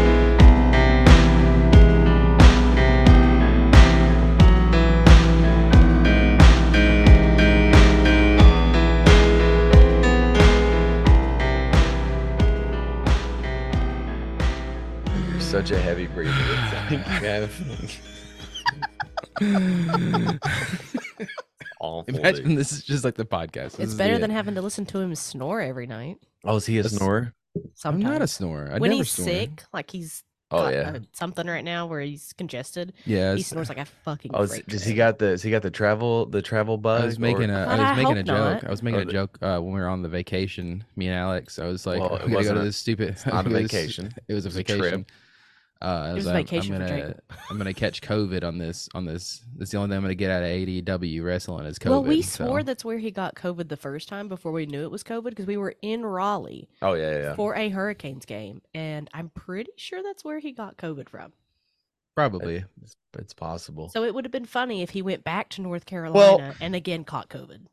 You're such a heavy breather. It's awful. Imagine dude. this is just like the podcast. This It's is better the- than having to listen to him snore every night. Oh, is he a That's- snorer? I'm Sometimes. not a snorer. I when never he's snore. sick, like he's Oh got yeah. a- something right now where he's congested, Yeah, he it's- snores like a fucking. Oh, is- freight does he train. got the? Has he got the travel? The travel bug? I was making or- a. But I I was making a hope joke. not. I was making Oh, a the- joke uh, when we were on the vacation. Me and Alex. I was like, Well, it we gotta go wasn't to a- this stupid. It's not a it was- vacation. It was a It was a trip. vacation. Uh, I was a like, I'm- vacation for I'm gonna, Jacob. I'm gonna catch COVID on this. On this, that's the only thing I'm gonna get out of ADW wrestling is COVID. well, we so- swore that's where he got COVID the first time before we knew it was COVID because we were in Raleigh Oh yeah, yeah, yeah. for a Hurricanes game, and I'm pretty sure that's where he got COVID from. probably. It's, it's possible. So it would have been funny if he went back to North Carolina and again caught COVID.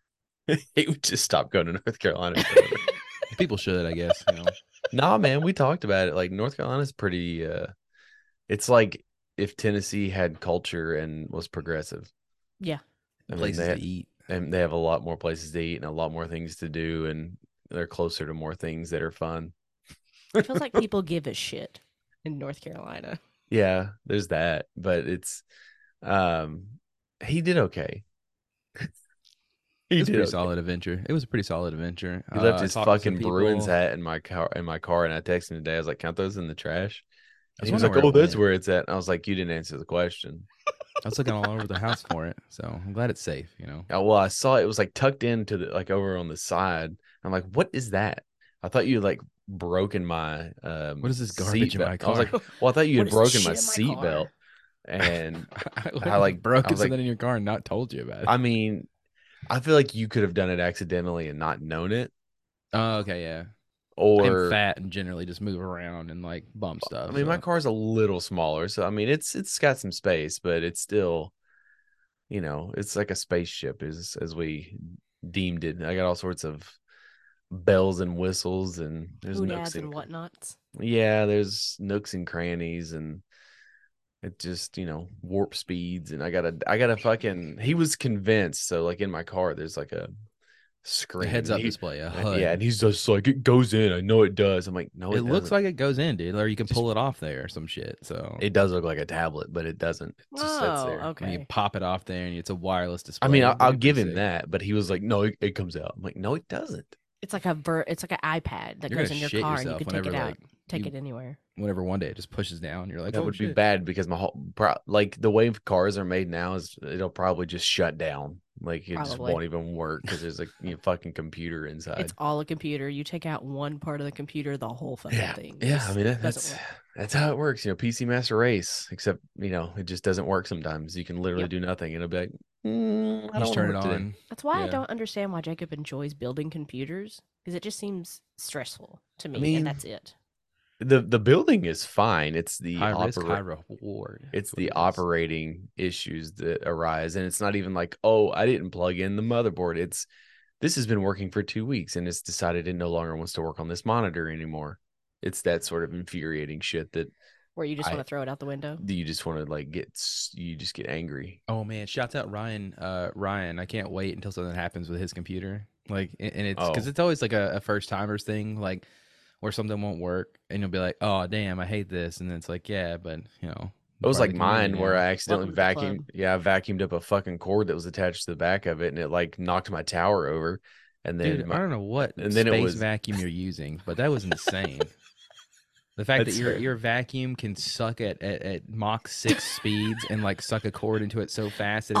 he would just stop going to North Carolina. People should, I guess. You know. nah, man, we talked about it. Like North Carolina's pretty. uh It's like if Tennessee had culture and was progressive. Yeah. I mean, Places they- to eat. and they have a lot more places to eat and a lot more things to do and they're closer to more things that are fun It feels like people give a shit in North Carolina. yeah there's that but it's um he did okay It he was a did pretty okay. solid adventure. It was a pretty solid adventure. he Uh, left I his talked to some fucking bruins people. hat in my car in my car and i texted him today i was like count those in the trash I and was he was like wondering where oh it that's went. where it's at and i was like you didn't answer the question I was looking all over the house for it, so I'm glad it's safe. You know, Oh, well, I saw it was like tucked into the like over on the side. I'm like, what is that? I thought you like broken my um. What is this seat garbage in belt." my I was like, car? well, I thought you What had is this broken my shit in my car? seatbelt, and I, like- like broke I it was like- something in your car and not told you about it. I mean, I feel like you could have done it accidentally and not known it, oh, okay, yeah. or I'm fat and generally just move around and like bump I stuff. mean, my so- car's a little smaller, so I mean, it's it's got some space, but it's still, you know, it's like a spaceship, is as we deemed it. I got all sorts of bells and whistles, and there's no Hoodads and whatnots. yeah there's nooks and crannies and it just you know warp speeds and i gotta i gotta fucking he was convinced so like in my car there's like a The screen heads up He- display. A HUD. yeah and he's just like it goes in i know it does i'm like no it, it, looks doesn't. like it goes in, dude. Or you can Just- pull it off there or some shit. So it does look like a tablet but it doesn't it just sits Oh, there And you okay. pop it off there and it's a wireless display. i mean I, It's i'll pretty give him sick. that but he was like no it, it comes out i'm like no it doesn't It's like a ver- it's like an iPad that You're goes gonna in your shit car and yourself you can take it whenever, out, like, take you- it anywhere. Whenever one day it just pushes down, you're like, that oh, would be shit. bad because my whole pro- like the way cars are made now is it'll probably just shut down. Like it just Probably. won't even work because there's like you know, fucking computer inside. It's all a computer. You take out one part of the computer, the whole fucking yeah, thing. yeah. I just mean that- doesn't that's work. that's how it works. You know, PC Master Race. Except you know, it just doesn't work sometimes. You can literally Yep. do nothing and it'll be like, mm, I You just don't turn it know what to do. on. that's why I yeah. don't understand why Jacob enjoys building computers because it just seems stressful to me, mean, and that's it. The the building is fine. It's the High risk, high opera- reward. it's That's what the it is. operating issues that arise and it's not even like oh i didn't plug in the motherboard it's this has been working for two weeks and it's decided it no longer wants to work on this monitor anymore it's that sort of infuriating shit that Where you just I- want to throw it out the window. that you just want to like get s- you just get angry Oh man, shouts out Ryan. Uh, Ryan, I can't wait until something happens with his computer. Like, a- and it's because Oh. it's always like a, a first timers thing, like where something won't work, and you'll be like, "Oh damn, I hate this," and it's like, "Yeah, but you know." it was like mine where i Welcome accidentally to the vacuumed club. yeah i vacuumed up a fucking cord that was attached to the back of it and it like knocked my tower over and then Dude, my- I don't know what and space then it was- vacuum you're using, but that was insane. The fact That's that your fair. your vacuum can suck at, at, at Mach six speeds and like suck a cord into it so fast that it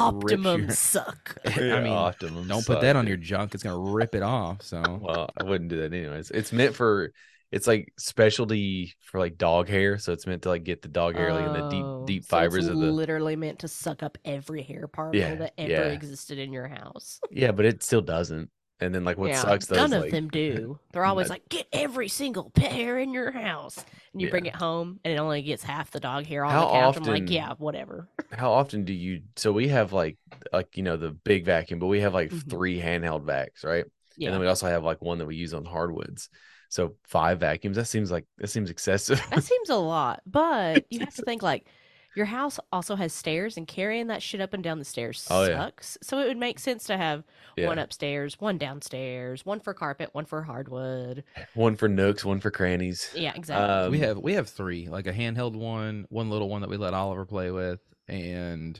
Optimum rips suck. your. I mean, Optimum don't put that sucked. on your junk; it's gonna rip it off. So well i wouldn't do that anyways it's meant for it's like specialty for like dog hair, so it's meant to like get the dog hair like in the Oh, deep deep so it's fibers of the literally meant to suck up every hair particle Yeah, that ever yeah. existed in your house. yeah, but it still doesn't. And then like what Yeah, sucks though none is of like them do. They're always like, get every single pet hair in your house, and you bring it home, and it only gets half the dog hair on How the couch. I'm often- like, yeah, whatever. how often do you? So we have like like you know the big vacuum, but we have like Mhm. three handheld vacs, right? Yeah, And then we also have like one that we use on hardwoods. So five vacuums. That seems like that seems excessive. that seems a lot, but you have to think like. Your house also has stairs, and carrying that shit up and down the stairs Oh, yeah. sucks. So it would make sense to have yeah. one upstairs, one downstairs, one for carpet, one for hardwood. One for nooks, one for crannies. Yeah, exactly. Um, we have we have three, like a handheld one, one little one that we let Oliver play with, and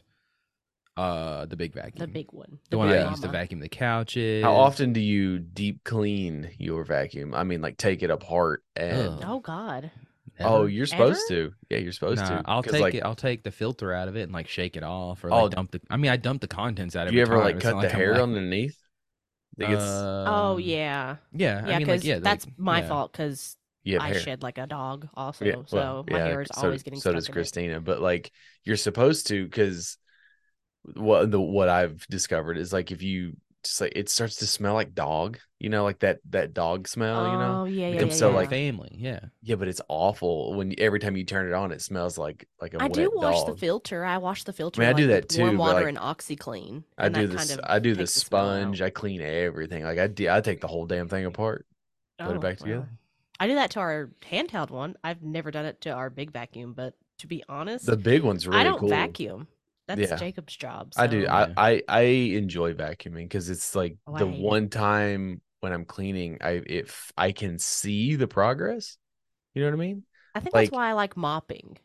uh the big vacuum, the big one. the one big I use to mama. vacuum the couches. How often do you deep clean your vacuum? I mean, like take it apart and Ugh. Oh God, oh, Never? you're supposed to. Yeah, you're supposed Nah, to. I'll 'Cause, take like, it. I'll take the filter out of it and like shake it off, or Oh. like dump the. I mean, I dump the contents out of Do it. you ever like cut the hair underneath? Like it's Uh, oh yeah, yeah. yeah. Um, I Because mean, like, yeah, like, that's my yeah. fault. Because you have I hair. shed like a dog, also. Yeah, well, so my yeah, hair is so- always getting so stuck does in it. Christina, but like you're supposed to because what the what I've discovered is like if you just like it starts to smell like dog, you know, like that that dog smell, you know. Oh yeah, yeah, It yeah. becomes yeah, so yeah. like family. Yeah. Yeah, but it's awful when every time you turn it on, it smells like like a I wet do wash dog. the filter. I wash the filter. I like, do that with Warm too, but, water like, and OxyClean. I and do that this. Kind of I do the takes smell out. sponge. I clean everything. Like I do, I take the whole damn thing apart. put it Oh, back wow. together. I do that to our handheld one. I've never done it to our big vacuum, but to be honest, The big one's really I don't cool. vacuum. That's Yeah. Jacob's job. I do. so- I, Yeah. I I enjoy vacuuming because it's like Oh, I the hate it. one time when I'm cleaning, I if I can see the progress, you know what I mean? I think Like- that's why I like mopping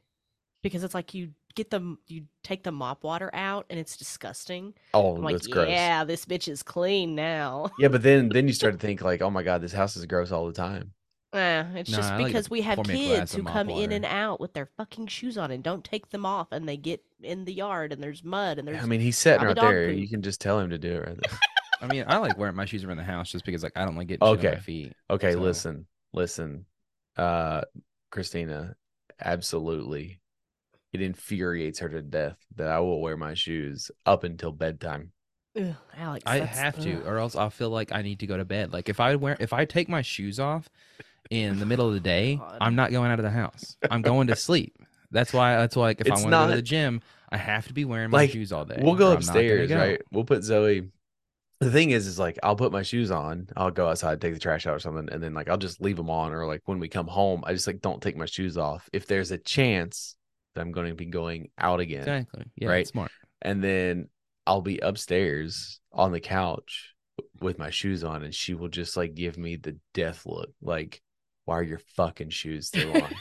because it's like you get the you take the mop water out and it's disgusting. Oh, I'm like, that's gross. Yeah. yeah, this bitch is clean now. but then then you start to think like, oh my god, this house is gross all the time. Eh, it's Nah, just I like to because we have pour me a glass kids of who mop come in water. and out with their fucking shoes on and don't take them off, and they get in the yard and there's mud and there's I mean, he's sitting right probably dog there. You poop. can just tell him to do it. Right there. I mean, I like wearing my shoes around the house just because like I don't like getting shit on Okay. my feet. okay, So- listen, listen, uh, Christina, absolutely, it infuriates her to death that I will wear my shoes up until bedtime. Ugh, Alex. I that's- have to, ugh. or else I'll feel like I need to go to bed. Like if I wear, if I take my shoes off in the middle of the day, God. I'm not going out of the house. I'm going to sleep. That's why. That's why. Like if It's I want to go to not- the gym, I have to be wearing my Like, shoes all day. We'll go or I'm not gonna upstairs, go. right? We'll put Zoe. The thing is, is like I'll put my shoes on. I'll go outside, take the trash out or something, and then like I'll just leave them on. Or like when we come home, I just like don't take my shoes off. If there's a chance that I'm going to be going out again, Exactly. Yeah. Right. It's smart. and then I'll be upstairs on the couch with my shoes on, and she will just like give me the death look, like, "Why are your fucking shoes still on?"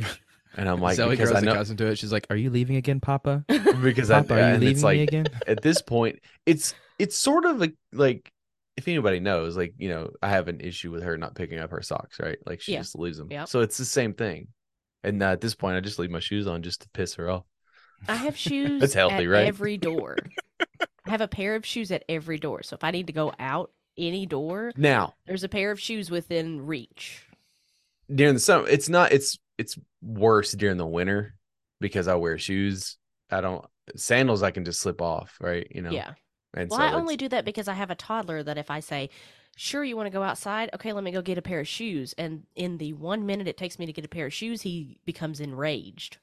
and I'm like, Zoe "Because grows I a know." cousin to it. She's like, "Are you leaving again, Papa? Because I Papa, are you and it's leaving me like again?" at this point it's it's sort of like like if anybody knows like you know i have an issue with her not picking up her socks right like she Yeah. just leaves them Yep. so it's the same thing and uh, at this point i just leave my shoes on just to piss her off I have shoes healthy, at right? every door. I have a pair of shoes at every door. So if I need to go out any door, now there's a pair of shoes within reach. during the summer it's not it's it's worse during the winter because i wear shoes i don't sandals i can just slip off right you know Yeah. and Well, so I it's- only do that because I have a toddler that if I say, sure, you want to go outside? Okay, let me go get a pair of shoes. And in the one minute it takes me to get a pair of shoes, he becomes enraged.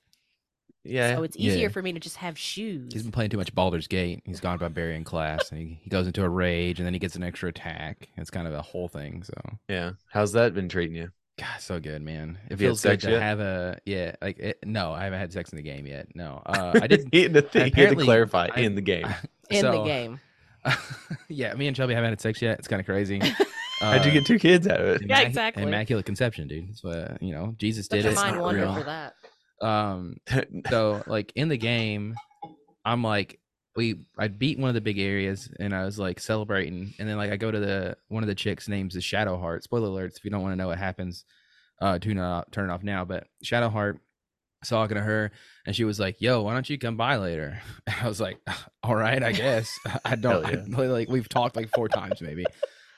yeah So it's easier Yeah. for me to just have shoes. He's been playing too much Baldur's Gate. He's gone barbarian class, and he, he goes into a rage, and then he gets an extra attack. It's kind of a whole thing. So yeah how's that been treating you God, so good, man. Have you It had feels good sex to yet? have a yeah. Like it, no, I haven't had sex in the game yet. No, uh, I didn't. in the thing you had to apparently clarify I- in the game in the so- game. yeah, me and Shelby haven't had sex yet. It's kind of crazy. how'd you Uh, get two kids out of it Yeah, immac- exactly. Immaculate conception, dude. That's what you know. Jesus Let did your it. mind not wander real. for that. Um, so like in the game i'm like we i beat one of the big areas and i was like celebrating and then like i go to the one of the chicks names is shadow heart spoiler alerts if you don't want to know what happens uh tune it off, turn it off now but shadow heart was talking to her and she was like yo why don't you come by later and i was like all right i guess i don't Hell I- like we've talked like four times maybe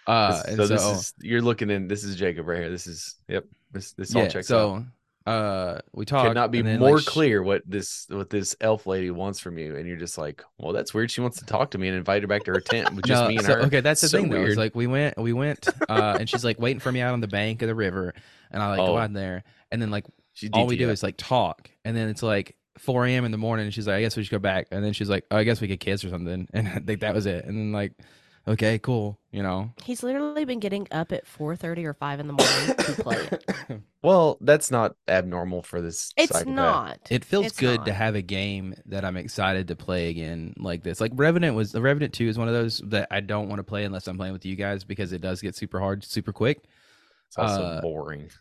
uh This- and so, so, this is you're looking in. This is Jacob right here. This is yep. This this all yeah. checks So uh, we out. talked. Could not be and then, more like, sh- clear what this what this elf lady wants from you, and you're just like, well, that's weird. She wants to talk to me and invite her back to her tent with just No, me and so- her. Okay, that's the So thing though. It's weird. like we went, we went, uh, and she's like waiting for me out on the bank of the river, and I like Oh. go out there, and then like She all we do DTF. is like talk, and then it's like 4 a.m. in the morning, and she's like, I guess we should go back, and then she's like, oh, I guess we could kiss or something, and like that was it, and then like, okay, cool, you know. He's literally been getting up at four thirty or five in the morning to play it. well, that's not abnormal for this. It's psychopath. not. It feels It's good to not. have a game that I'm excited to play again like this. Like Revenant was the Revenant 2 is one of those that I don't want to play unless I'm playing with you guys because it does get super hard super quick. It's also uh, boring.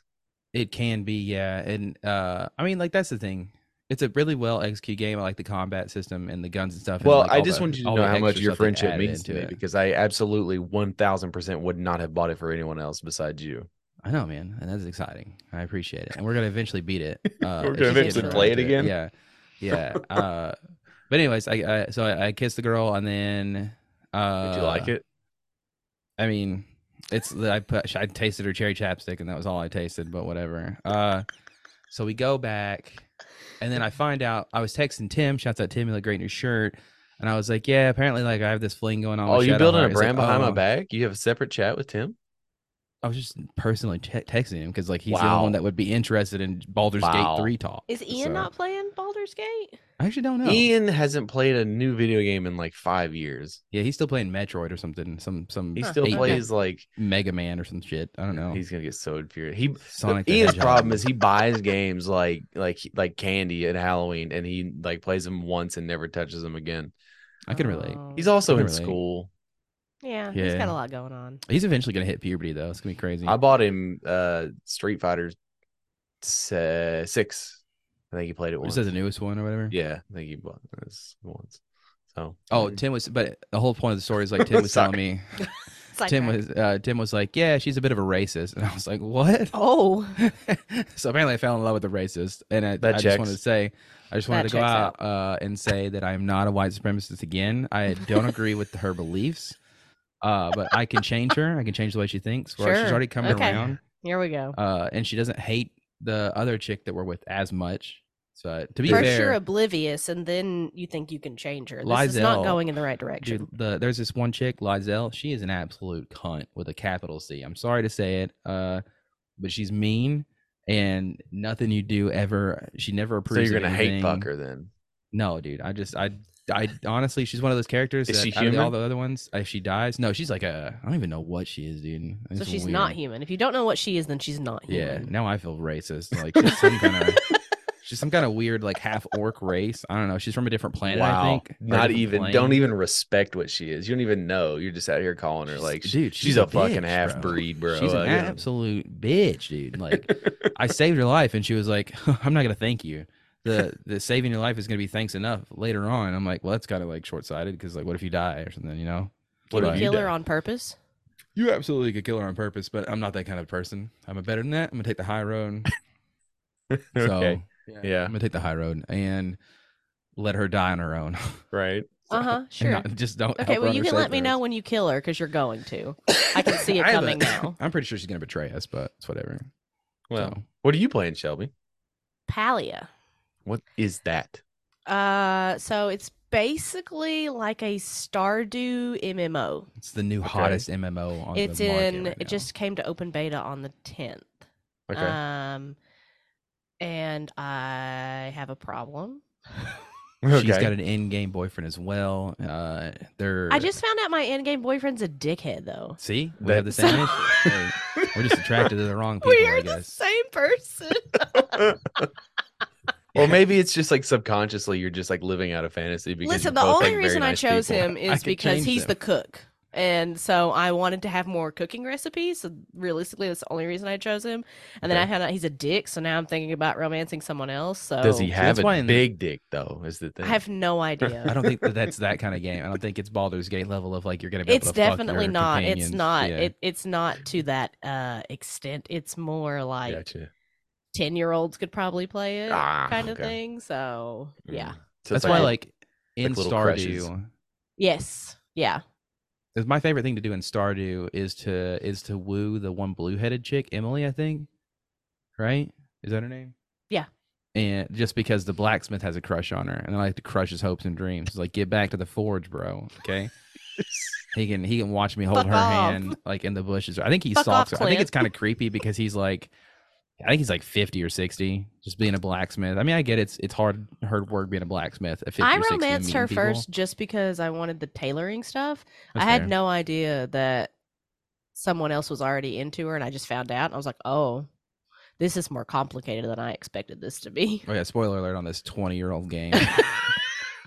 It can be, yeah. And uh I mean like that's the thing. It's a really well executed game. I like the combat system and the guns and stuff. and, Well, like, I all just the- wanted you to all know the how much extra your stuff they friendship added means to into me because I absolutely 1000% would not have bought it for anyone else besides you. I know, man, and that's exciting. I appreciate it, and we're gonna eventually beat it. Uh, We're it's gonna just getting eventually around play it to again? Yeah, yeah. Uh, but anyways, I, I so I, I kissed the girl, and then uh, Did you like it? I mean, it's that I put I tasted her cherry chapstick, and that was all I tasted. But whatever. Uh, so we go back, and then I find out I was texting Tim. Shouts out Tim, you look great in your shirt. And I was like, yeah, apparently, like I have this fling going on. Oh, with you building a Shadowheart. He's like, brand behind my "Oh." back? You have a separate chat with Tim? I was just personally te- texting him because like he's the Wow. only one that would be interested in Baldur's Wow. Gate three talk. Is Ian so- not playing Baldur's Gate? I actually don't know. Ian hasn't played a new video game in like five years. Yeah, he's still playing Metroid or something. Some some He Huh, still okay. plays like Mega Man or some shit. I don't know. he's gonna get so infuriated. He Sonic. the Ian's Hedgehog. problem is he buys games like like like candy at Halloween and he like plays them once and never touches them again. I can relate. Oh. He's also I in can relate. school. yeah, he's got Yeah. a lot going on. He's eventually gonna hit puberty though. It's gonna be crazy. I bought him uh Street Fighter se- six. I think he played it Or Is once. that the newest one or whatever? Yeah, I think he bought this once. So Oh, Tim was, but the whole point of the story is like Tim was telling Suck. me. Sidetrack. Tim was, uh, Tim was like, yeah, she's a bit of a racist, and I was like, what? Oh, so apparently I fell in love with a racist. And I, That I just checks. wanted to say, I just wanted That to go checks out, Uh, and say that I'm not a white supremacist again. I don't agree with her beliefs, uh, but I can change her. I can change the way she thinks. Where She's Sure. already coming Okay. around. here we go. Uh, and she doesn't hate the other chick that we're with as much. So to be First, fair, you're oblivious, and then you think you can change her. This is Lizelle- not going in the right direction. Dude, the, there's this one chick, Lizelle. She is an absolute cunt with a capital C. I'm sorry to say it, uh, but she's mean and nothing you do ever. She never so approves. you're of gonna hate anything. fuck her then? No, dude. I just I I honestly, she's one of those characters. Is that she out of the- all human? the other ones, if she dies, no, she's like a. I don't even know what she is, dude. so It's she's not weird. human. If you don't know what she is, then she's not Yeah. human. Now I feel racist. Like she's some kind of. She's some kind of weird, like half orc race. I don't know. She's from a different planet. I think. or a Not different even. plane. Don't even respect what she is. You don't even know. You're just out here calling her like, She's- dude, dude, she's, a, fucking bitch, half breed, bro. She's an I don't- absolute bitch, dude. Like I saved her life, and she was like, "I'm not gonna thank you. The the saving your life is gonna be thanks enough later on." I'm like, "Well, that's kind of like short sighted because like, what if you die or something? You know, What Can have you you kill done? her on purpose? you absolutely could kill her on purpose, but I'm not that kind of person. I'm a better than that. I'm gonna take the high road. So Okay. Yeah. I'm gonna take the high road and let her die on her own. Right. Uh huh. And Sure. not- just don't. help okay. her Well, on you her can safe let me know roads. when you kill her because you're going to. I can see it I have a- coming now. I'm pretty sure she's gonna betray us, but it's whatever. Well, So, what are you playing, Shelby? Palia. What is that? Uh, so it's basically like a Stardew MMO. it's the new hottest MMO on it's the market in. right now. It just came to open beta on the tenth. Okay. Um, and I have a problem. She's got an in-game boyfriend as well. Uh, they're. I just found out my end game boyfriend's a dickhead though. see we That- have the same. issue. Hey, we're just attracted to the wrong people. I We're the guess. same person. Or maybe it's just like subconsciously you're just like living out a fantasy because Listen, you the both only like very reason I nice chose people. him I is could because change he's them. the cook. And so I wanted to have more cooking recipes. So realistically, that's the only reason I chose him. And then I Okay. found out he's a dick. So now I'm thinking about romancing someone else. So Does he So have that's why a in- big dick though? Is the thing. I have no idea. I don't think that that's that kind of game. I don't think it's Baldur's Gate level of like you're gonna be. it's able to fuck definitely your not. It's companions. not. Yeah. It, it's not to that uh, extent. It's more like Gotcha. ten year olds could probably play it, Ah, kind of okay. thing. So yeah. Mm. So it's that's why like in little crushes. Stardew, Yes. Yeah. that's my favorite thing to do in Stardew is to is to woo the one blue headed chick Emily. I think right? Is that her name? Yeah. And just because the blacksmith has a crush on her, and I like to crush his hopes and dreams. Like, get back to the forge, bro. Okay. he can he can watch me hold Fuck her off. hand like in the bushes. I think he Fuck stalks off, her. I think Clint. it's kind of creepy because he's like, I think he's like fifty or sixty, just being a blacksmith. I mean, I get it's it's hard hard work being a blacksmith. At 50 I or 60 and romanced her meeting people. first just because I wanted the tailoring stuff. That's I had fair. no idea that someone else was already into her, and I just found out. And I was like, oh, this is more complicated than I expected this to be. Oh yeah, spoiler alert on this twenty-year-old game.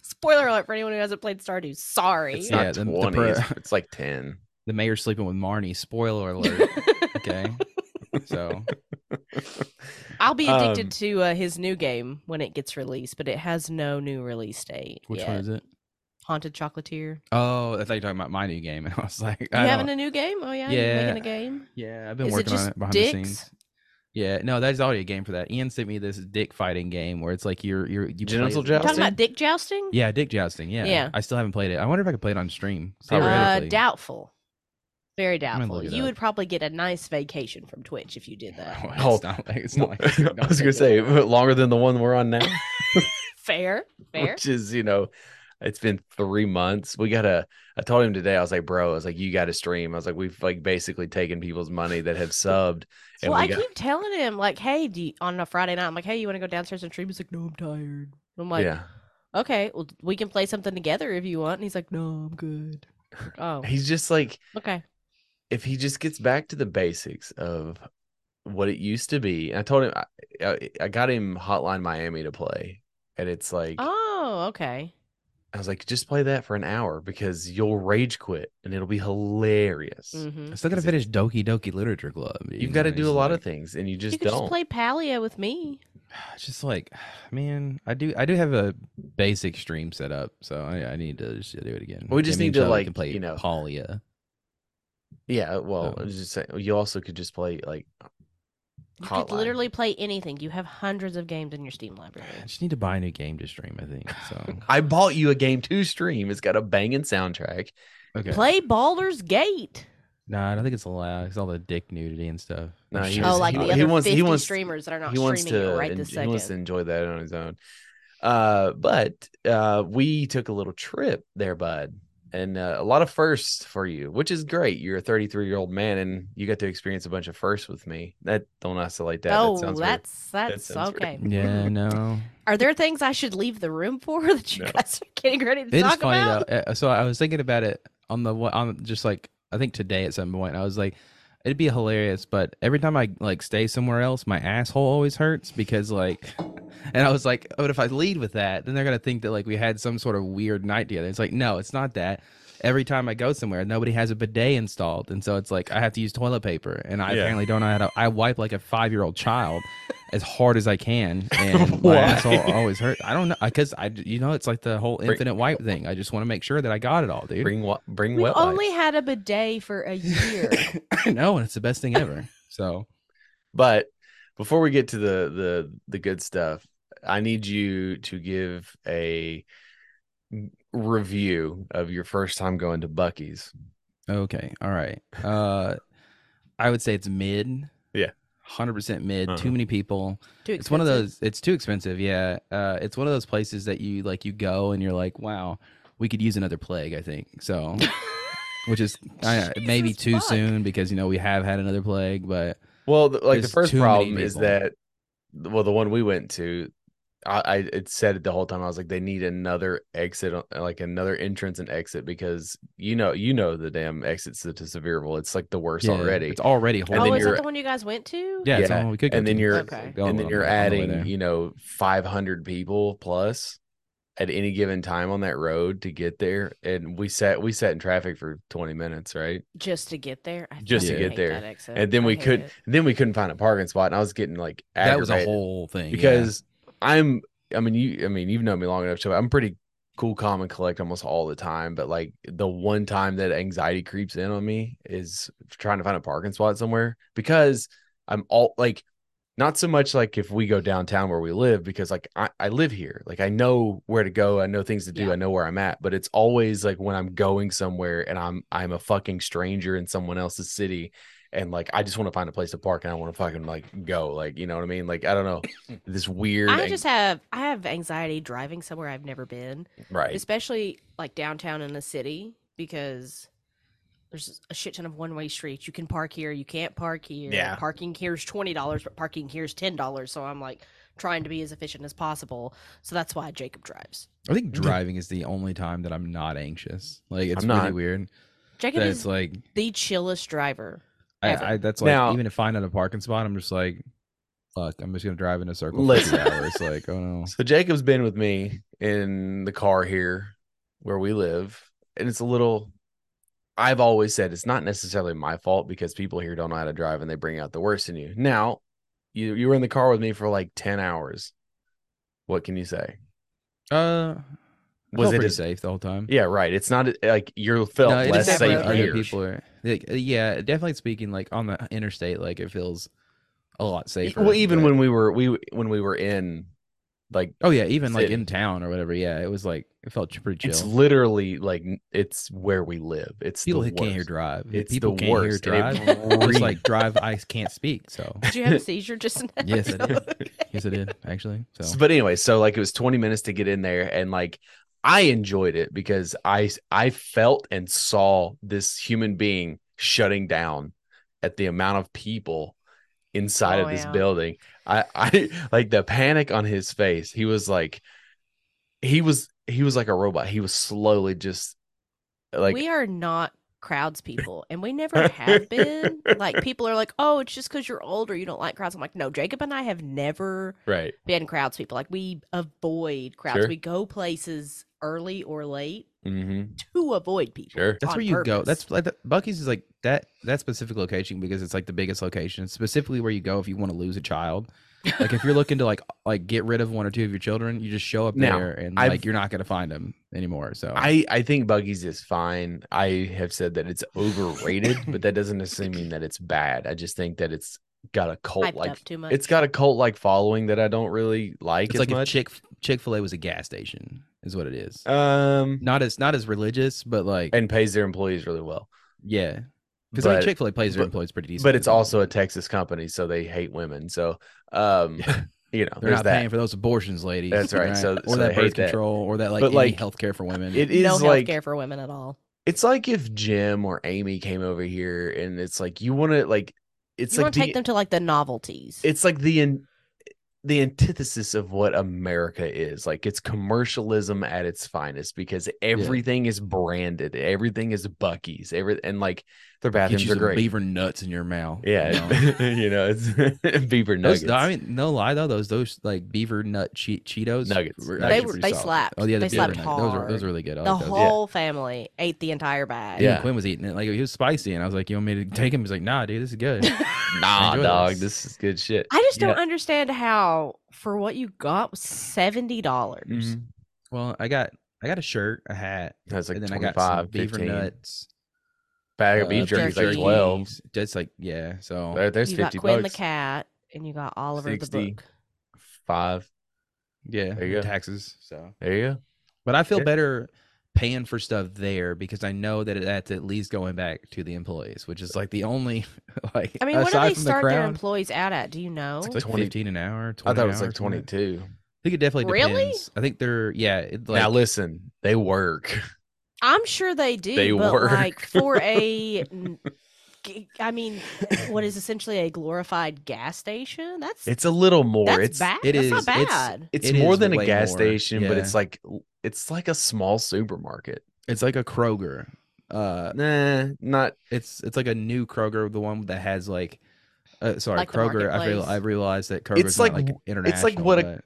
Spoiler alert for anyone who hasn't played Stardew. Sorry. It's Yeah, not the- the 20, pro- it's, it's like 10. the mayor's sleeping with Marnie. Spoiler alert. Okay, so I'll be addicted Um, to uh, his new game when it gets released, but it has no new release date. which yet. one is it? Haunted Chocolatier. Oh, I thought you were talking about my new game, and I was like, You I having don't- a new game? Oh yeah, you're Yeah. making a game. yeah, I've been is it working on just it behind the dicks? scenes. Yeah, no, that's already a game for that. Ian sent me this dick fighting game where it's like you're you're you play Genital as- jousting? Talking about dick jousting? yeah, dick jousting. Yeah, Yeah. I still haven't played it. I wonder if I could play it on stream. Probably. Uh, theoretically. doubtful. Very gonna doubtful. look it You up. would probably get a nice vacation from Twitch if you did that. Well, it's not like it's not like don't I was take going to it. say, longer than the one we're on now. fair, fair. which is you know it's been three months we gotta i told him today i was like bro i was like you gotta stream i was like we've like basically taken people's money that have subbed and well, we I got keep telling him like, "Hey, do you, on a Friday night, I'm like, hey, you want to go downstairs and stream?" He's like, "No, I'm tired." I'm like, yeah "Okay, well, we can play something together if you want." And he's like, "No, I'm good." Oh, he's just like okay. if he just gets back to the basics of what it used to be and i told him I, I, I got him hotline miami to play and it's like Oh, okay. i was like just play that for an hour because you'll rage quit and it'll be hilarious Mm-hmm. I still gotta Is it- finish Doki Doki Literature Club. you you've got to know, do a it's lot like- of things and you You just could don't just play Palio with me. It's just like, man, I do I do have a basic stream set up, so I, I need to just do it again. We just me need and to, Shelby like, can play you know- Polia. yeah well Oh. I was just saying you also could just play like You Hotline. could literally play anything. You have hundreds of games in your Steam library. I just need to buy a new game to stream. I think so. I bought you a game to stream. It's got a banging soundtrack. Okay. Play Baldur's Gate. No, I don't think it's allowed. It's all the dick nudity and stuff. No, I'm he sure was- Oh, it's like not. the other he wants- he 50 wants- streamers that are not he wants streaming to it right en- this he wants to second. enjoy that on his own. Uh, but uh, we took a little trip there, bud, and uh, a lot of firsts for you, which is great. You're a 33 year old man, and you got to experience a bunch of firsts with me. That don't isolate that. oh, that sounds weird. that's that's sounds weird. okay. Yeah, no. Are there things I should leave the room for that you No. guys are getting ready to It is talk funny about? though. Uh, So I was thinking about it on the wa- on just like I think today at some point I was like, it'd be hilarious, but every time I like stay somewhere else, my asshole always hurts because like, and I was like, oh, but if I lead with that, then they're gonna think that like we had some sort of weird night together. It's like no, it's not that. Every time I go somewhere, nobody has a bidet installed, and so it's like I have to use toilet paper, and I Yeah. apparently don't know how to. I wipe like a five year old child. As hard as I can, and my Why? asshole always hurt. I don't know because I, you know, it's like the whole Bring- infinite wipe thing. I just want to make sure that I got it all, dude. Bring wa- bring We've wet only wipes. had a bidet for a year. I know, and it's the best thing ever. So But before we get to the the the good stuff, I need you to give a review of your first time going to Bucky's. okay, all right. Uh, I would say it's mid. Yeah. hundred percent mid. Uh-huh. Too many people. Too It's one of expensive. those. It's too expensive. Yeah. Uh, it's one of those places that you like. You go and you're like, wow, we could use another plague. I think so. Which is uh, maybe Jesus too fuck. soon because you know we have had another plague, but Well, the, like the There's first too many problem is people. that, well, the one we went to, I, I it said it the whole time. I was like, they need another exit, uh, like another entrance and exit, because you know, you know, the damn exits to Sevierville, it's like the worst yeah, already. it's already and oh, then horrible. is you're- that the one you guys went to? yeah, it's Yeah, the one we could go and then to. you're Okay. Go and on then the- you're on the way adding, there. you know, 500 people plus at any given time on that road to get there. And we sat, we sat in traffic for 20 minutes, right? Just to get there. I Just to fucking get hate there. that exit. And then I we hate could, it. then we couldn't find a parking spot. And I was getting like that was a aggravated whole thing yeah. because I'm, I mean, you, I mean, you've known me long enough, so I'm pretty cool, calm, and collect almost all the time. But like the one time that anxiety creeps in on me is trying to find a parking spot somewhere because I'm all like, not so much like if we go downtown where we live because like I, I live here, like I know where to go, I know things to do, Yeah. I know where I'm at. But it's always like when I'm going somewhere and I'm I'm a fucking stranger in someone else's city and like I just want to find a place to park and I want to fucking like go. Like, you know what I mean? Like, I don't know. This weird I ang- just have I have anxiety driving somewhere I've never been, right. especially like downtown in the city because there's a shit ton of one way streets. You can park here, you can't park here. Yeah. Parking here's twenty dollars, but parking here's ten dollars. So I'm like trying to be as efficient as possible. So that's why Jacob drives. I think driving is the only time that I'm not anxious. Like it's I'm really not. weird. Jacob That is it's like the chillest driver. ever. I, I that's like Now- even to find out a parking spot, I'm just like, fuck, I'm just gonna drive in a circle for two Listen. hours. Like, oh no. So Jacob's been with me in the car here where we live. And it's a little I've always said it's not necessarily my fault because people here don't know how to drive and they bring out the worst in you. Now, you you were in the car with me for like 10 hours. What can you say? Uh Was was it it as- safe the whole time? Yeah, right. It's not like you felt No, it less is definitely safe definitely here. other people are like, uh, yeah, definitely speaking, like on the interstate, like it feels a lot E- safer. Well, even but- when we were we when we were in like Oh yeah, even like City. in town or whatever. Yeah, it was like it felt pretty chill. it's literally like n- it's where we live. It's people the who can't hear worst. drive. if It's people the can't worst. hear and drive. it It's reeks. like drive. I can't speak. So Did you have a seizure just now? Yes, I did. Okay. yes, I did actually. S- So But anyway, so like it was 20 minutes to get in there and like I enjoyed it because I s- I felt and saw this human being shutting down at the amount of people inside Oh, of this yeah. building. I I like the panic on his face. He was like he was he was like a robot. He was slowly just like we are not crowds people and we never have been like people are like oh it's just because you're older you don't like crowds i'm like no jacob and i have never right. been crowds people like we avoid crowds Sure. we go places early or late hmm to avoid people Sure. that's on where you go. purpose. That's like the, Bucky's is like that that specific location because it's like the biggest location. It's specifically where you go if you want to lose a child. Like if you're looking to like like get rid of one or two of your children, you just show up Now, there and I've- like you're not gonna find them anymore. So I I think Buggies is fine. I have said that it's overrated, but that doesn't necessarily mean that it's bad. I just think that it's got a cult hyped like up too much it's got a cult like following that I don't really like it's as like if much. Chick Chick Fil A was a gas station, is what it is. um, not as not as religious, but like and pays their employees really well, yeah, because but- like Chick Fil A plays their but- employees pretty decent. but it's also a Texas company, so they hate women. So, um, you know, they're there's not that. paying for those abortions, ladies. That's right, so- or so that they birth hate that. control, or that like But, any like, healthcare for women. it no is health like care for women at all it's like if Jim or Amy came over here, and it's like you want to like it's you like want to the take them to like the novelties it's like the in, the antithesis of what America is. Like it's commercialism at its finest because everything is branded, everything is Bucky's, every and like their Get bathrooms you are some great. beaver nuts in your mouth. you yeah, know? you know, it's beaver Those, nuggets. I mean, no lie though, those those like beaver nut che- Cheetos Nuggets. were They actually were- pretty they solid. slapped. Oh yeah, the They beaver slapped nugget. Those are those hard. are really good. I the like those. whole family ate the entire bag yeah. Oh, Yeah. Quinn was eating it like it was spicy, and I was like, "You want me to take him?" He's like, "Nah, dude, this is good." nah, enjoy dog, those. this is good shit. i just Yeah. don't understand how for what you got was $70 dollars Mm-hmm. Mhm. well, I got I got a shirt, a hat, That's like and then I got some 25, beaver 15. nuts, Bag of uh, Oh. beef jerky, like jerky. 12. That's like yeah. So There- there's you 50 got Quinn bucks. the cat, and you got Oliver 60. the book. Five. yeah, There you go. taxes. So, There you go. but I feel Yeah. better paying for stuff there because I know that that's at least going back to the employees, which is like the only like. I mean, what do aside they from start the their crowd, employees at? At do you know? It's like 20 fifteen an hour. 20 I thought it was an hour, like something that. 22. I think it definitely Really? depends. I think they're yeah. It, like, now listen, they work. I'm sure they do, They but work. like for a, n- g- I mean, what is essentially a glorified gas station? That's It's a little more. that's it's bad. it that's is- not it's- bad. it's It more is than a way gas more, station, but yeah. it's like it's like a small supermarket. it's like a Kroger. Uh, Nah, not it's it's like a new Kroger, the one that has like. Uh, sorry, Like the Kroger. I feel marketplace. I realized that Kroger's It's not like- like it's international. what a- but-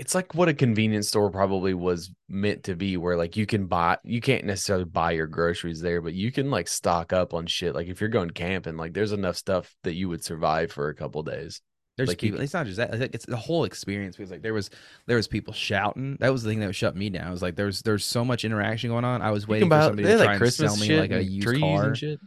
it's like what a convenience store probably was meant to be, where like you can buy you can't necessarily buy your groceries there, but you can like stock up on shit. Like if you're going camping, like there's enough stuff that you would survive for a couple days. There's Like, you people. It's not just that. Like, it's the whole experience because like there was there was people shouting. That was the thing that shut me down. I was like, there's there's so much interaction going on. I was You waiting can for buy somebody they to had, try like and sell Christmas me shit like a and used trees car. and shit.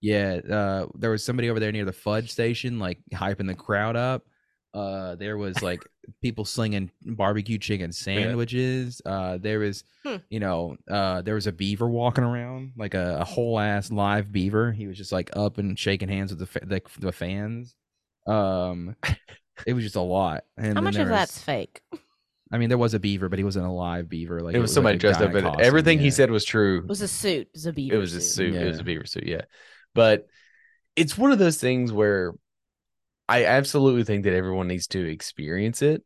Yeah, uh, there was somebody over there near the fudge station, like hyping the crowd up. Uh, there was like people slinging barbecue chicken sandwiches. Uh, there was, Hmm. you know, uh, there was a beaver walking around, like a, a whole ass live beaver. He was just like up and shaking hands with the fa- the, the fans. Um, it was just a lot. And How then much there of was- that's fake? I mean, there was a beaver, but he wasn't a live beaver. Like it was somebody like, a dressed guy up in it. costume, Everything he yeah. said was true. It was a suit. It was a beaver. It was a suit. It was Yeah. a beaver suit. Yeah. But it's one of those things where I absolutely think that everyone needs to experience it.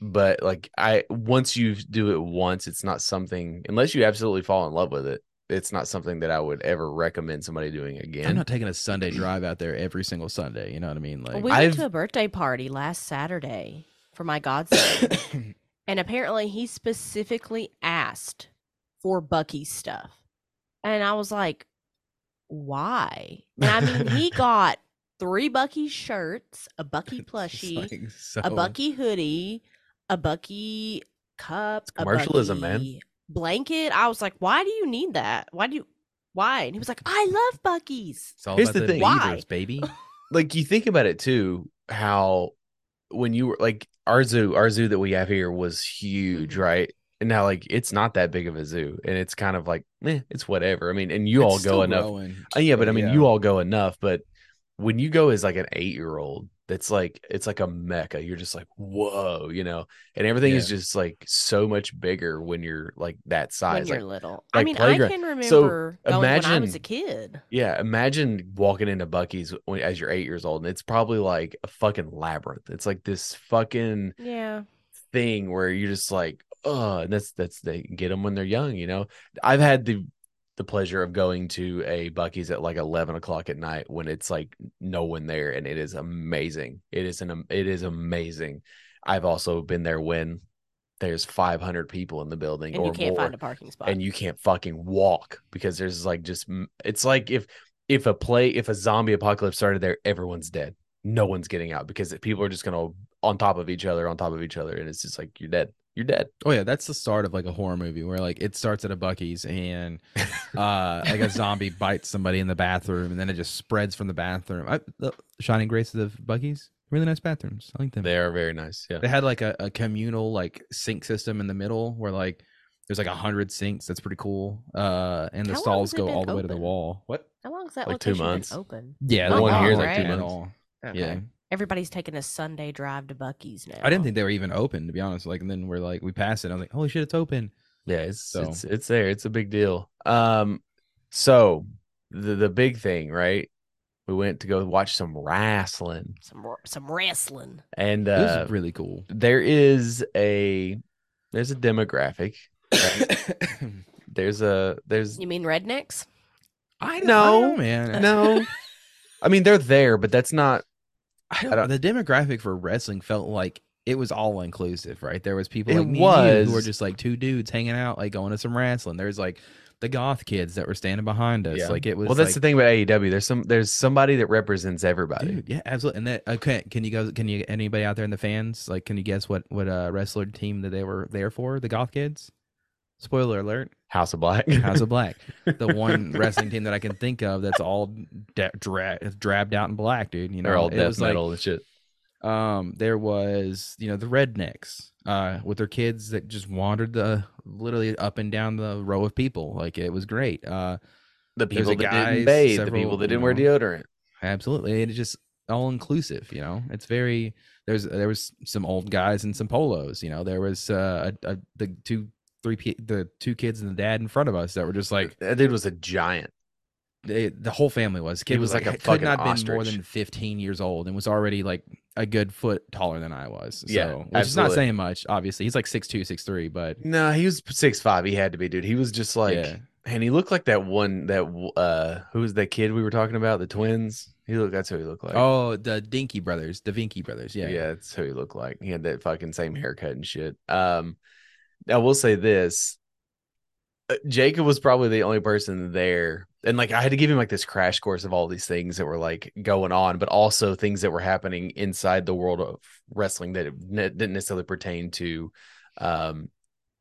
But like I once you do it once, it's not something unless you absolutely fall in love with it, it's not something that I would ever recommend somebody doing I'm again. not taking a Sunday drive out there every single Sunday. You know what I mean? Like, we I've- went to a birthday party last Saturday for my godson, and apparently he specifically asked for Bucky stuff, and I was like, "Why?" And I mean, he got three Bucky shirts, a Bucky It's plushie, like so- a Bucky hoodie, a Bucky cup, a commercialism, man. Bucky Blanket. I was like, "Why do you need that? Why do you? Why?" And he was like, "I love Bucky's." It's all Here's about the the thing. Why? beavers, baby. like you think about it too, how when you were like our zoo, our zoo that we have here was huge, Mhm. right? And now like it's not that big of a zoo, and it's kind of like, eh, it's whatever. I mean, and you all go enough. Uh, yeah, Oh, but I mean, you all go enough. But when you go as like an eight year old, that's like it's like a mecca. You're just like, whoa, you know, and everything is just like so much bigger when you're like that When size. you're Like, little, I like mean, playground. I can So, remember going when I was imagine- a kid. yeah, imagine walking into Bucky's when, as you're eight years old, and it's probably like a fucking labyrinth. It's like this fucking Yeah, thing where you're just like, oh, and that's that's they get them when they're young, you know. I've had the the pleasure of going to a Bucky's at like eleven o'clock at night when it's like no one there, and it is amazing. It is an am- it is amazing. I've also been there when there's 500 people in the building and or you can't more, find a parking spot. and you can't fucking walk because there's like just m- it's like if if a play if a zombie apocalypse started there everyone's dead no one's getting out because people are just gonna on top of each other on top of each other and it's just like you're dead you're dead Oh yeah, that's the start of like a horror movie where like it starts at a Bucky's and uh like a zombie bites somebody in the bathroom and then it just spreads from the bathroom. I, the Shining Grace of the Bucky's, really nice bathrooms. I like them. they are very nice yeah They had like a, a communal like sink system in the middle where like there's like a hundred sinks. That's pretty cool. Uh, and the How long stalls has it go been all the way to the open? wall. What? How long has that Like two location months. been open? Yeah, Not the one long, here is like right? two minutes. Yeah, Everybody's taking a Sunday drive to Bucky's now. I didn't think they were even open to be honest. Like, and then we're like, we passed it. I was like, holy shit, it's open. yeah it's So- it's it's there it's a big deal um so the the big thing right we went to go watch some wrestling some some wrestling. and It uh was really cool. there is a there's a demographic there's a there's You mean rednecks? I don't- I don't know, man. no i mean they're there but that's not I I don't- don't, the demographic for wrestling felt like it was all inclusive, right? There was people It like me and you who were was. just like two dudes hanging out, like going to some wrestling. There's like the goth kids that were standing behind us. Yeah. Like it was. well that's like, the thing about aew there's some there's somebody that represents everybody Dude, yeah, absolutely. And that okay, can you guys can you anybody out there in the fans like can you guess what what uh wrestler team that they were there for? The Goth Kids? Spoiler alert. house of black House of Black. the one wrestling team that I can think of that's all da- dra- drabbed out in black, dude, you know. they're all It death was like- metal and shit um there was you know the rednecks uh with their kids that just wandered the literally up and down the row of people like it was great uh the There's people a that guys, didn't bathe several, the people that you didn't wear know. deodorant absolutely it's just all inclusive you know it's very there's there was some old guys and some polos you know there was uh a, a, the two three ki- the two kids and the dad in front of us that were just like that dude was a giant they, the whole family was. Kid was like a "I could fucking not been more ostrich." than fifteen years old and was already like a good foot taller than I was. So, Yeah, which is not absolutely. saying much. Obviously, he's like six two, six three, but no he was six five he had to be dude he was just like yeah, and he looked like that one that w- uh who was that kid we were talking about the twins he looked that's who he looked like oh, the Dinky brothers, the Vinky brothers. Yeah, yeah, that's who he looked like. He had that fucking same haircut and shit. Um, I will say this: uh, Jacob was probably the only person there, and like I had to give him like this crash course of all these things that were like going on, but also things that were happening inside the world of wrestling that ne- didn't necessarily pertain to um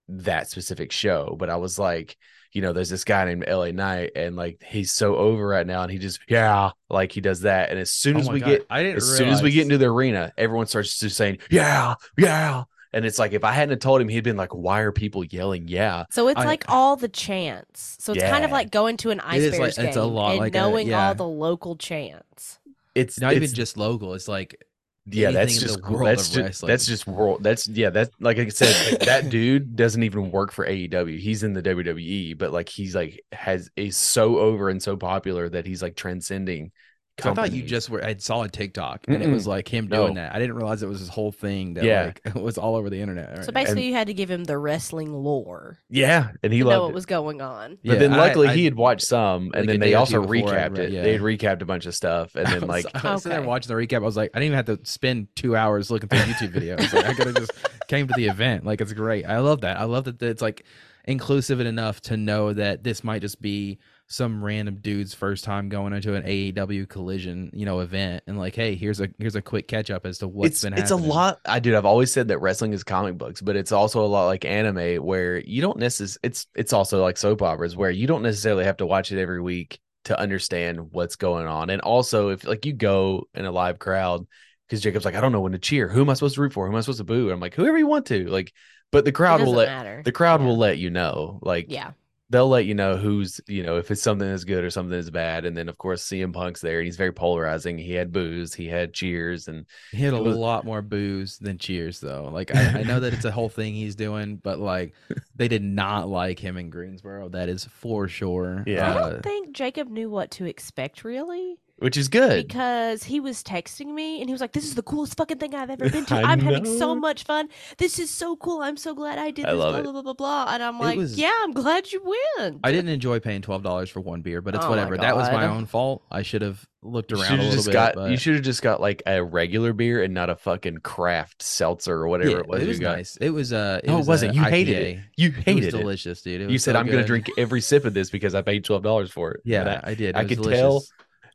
that specific show. But I was like, you know, there's this guy named LA Knight, and like he's so over right now, and he just yeah, like he does that. And as soon Oh as my we God, get I didn't as soon as we realize- get into the arena, everyone starts just saying, Yeah, yeah. And it's like if I hadn't have told him, he'd been like, Why are people yelling? Yeah. So it's I- like all the chants. So it's kind of Yeah. like going to an Ice is like- Bears game it's a lot and like a- knowing yeah. all the local chants. It's not even it's- just local. It's like yeah, that's anything in the just gr- world that's of just wrestling. that's just world. That's yeah, that's like I said, like, that dude doesn't even work for AEW. He's in the WWE, but like he's like has is so over and so popular that he's like transcending. 'cause I thought you companies. just were. I saw a TikTok and it was like him doing No. that. I didn't realize it was his whole thing that Yeah. like was all over the internet. right So now. basically, you had to give him the wrestling lore yeah, and he to know loved what it. was going on. But Yeah, then I- luckily I- he had watched some, like and a then day they or also two before I recapped read- it. yeah. They had recapped a bunch of stuff, and I then was- like I was sitting Okay. there watching the recap. I was like, I didn't even have to spend two hours looking through YouTube videos. Like, I could have just came to the event. Like it's great. I love that. I love that it's like inclusive enough to know that this might just be some random dude's first time going into an AEW collision, you know, event, and like, hey, here's a here's a quick catch up as to what's it's been. it's a happening. lot. I dude, I've always said that wrestling is comic books, but it's also a lot like anime where you don't necessarily. It's it's also like soap operas where you don't necessarily have to watch it every week to understand what's going on. And also, if like you go in a live crowd, because Jacob's like, I don't know when to cheer. Who am I supposed to root for? Who am I supposed to boo? I'm like, whoever you want to. Like, but the crowd it will doesn't let matter. the crowd Yeah. will let you know. Like, Yeah. they'll let you know who's you know if it's something that's good or something that's bad and then of course CM Punk's there and he's very polarizing he had boos he had cheers and He had a It was- lot more boos than cheers, though. Like I, I know that it's a whole thing he's doing, but like they did not like him in Greensboro. That is for sure. Yeah. I Uh, don't think Jacob knew what to expect really which is good because he was texting me and he was like, This is the coolest fucking thing I've ever been to. I I'm having so know. much fun. This is so cool. I'm so glad I did I this. love blah, it. blah, blah, blah, blah. And I'm It like, was- Yeah, I'm glad you went. I didn't enjoy paying twelve dollars for one beer, but it's Oh my whatever. That was my God. own fault. I should have looked you around should a have little just bit. got but you should have just got like a regular beer and not a fucking craft seltzer or whatever yeah, it was It you was got nice. It was uh. No, it was wasn't. a You hated it. IPA. you It was hated it, delicious, dude. It you was said so I'm gonna good." drink every sip of this because I paid twelve dollars for it Yeah, But I, did. I It was could delicious. tell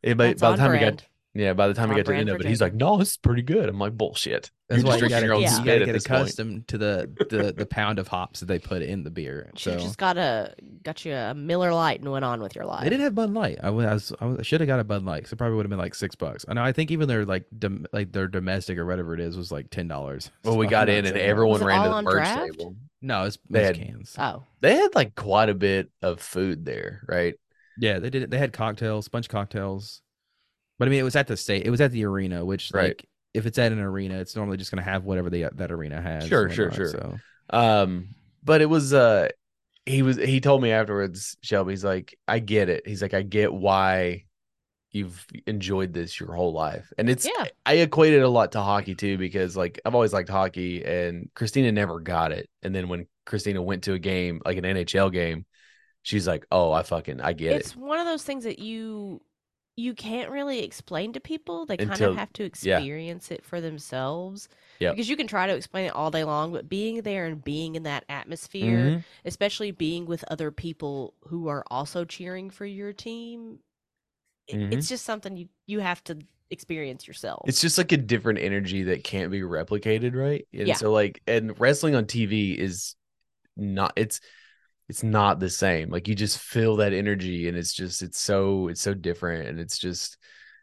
I, by, That's by the on time we brand. got yeah by the time we on got to the brand end for of it he's like Jacob. no this is pretty good I'm like bullshit That's you're why just you drinking gotta, your own yeah. you gotta spit at get this point accustomed to the, the the pound of hops that they put in the beer. Should So have just got a got you a Miller Light and went on with your life. They didn't have Bud Light. I was, I was, I was- I should have got a Bud Light. 'cause it probably would have been like six bucks. I know. I think even their like dom- like their domestic or whatever it is was like ten dollars. well we got in and everyone Was it ran all to the on merch draft? table No, it's They it was had- cans. Oh, they had like quite a bit of food there, right? Yeah, they did. it. They had cocktails, sponge cocktails. But I mean, it was at the state. It was at the arena, which Right. like if it's at an arena, it's normally just gonna have whatever the uh, that arena has. Sure, and sure, whatnot, sure. So Um, but it was uh he was he told me afterwards, Shelby's like, I get it. He's like, I get why you've enjoyed this your whole life. And it's yeah. I equate it a lot to hockey too, because like I've always liked hockey and Christina never got it. And then when Christina went to a game, like an NHL game, she's like, Oh, I fucking I get It's it. one of those things that you you can't really explain to people. They kind Until- of have to yeah. experience it for themselves. Yep. Because you can try to explain it all day long, but being there and being in that atmosphere, Mhm. especially being with other people who are also cheering for your team, i- Mhm. it's just something you you have to experience yourself. It's just like a different energy that can't be replicated, right? And Yeah. so like and wrestling on TV is not it's it's not the same. Like you just feel that energy and it's just it's so it's so different and it's just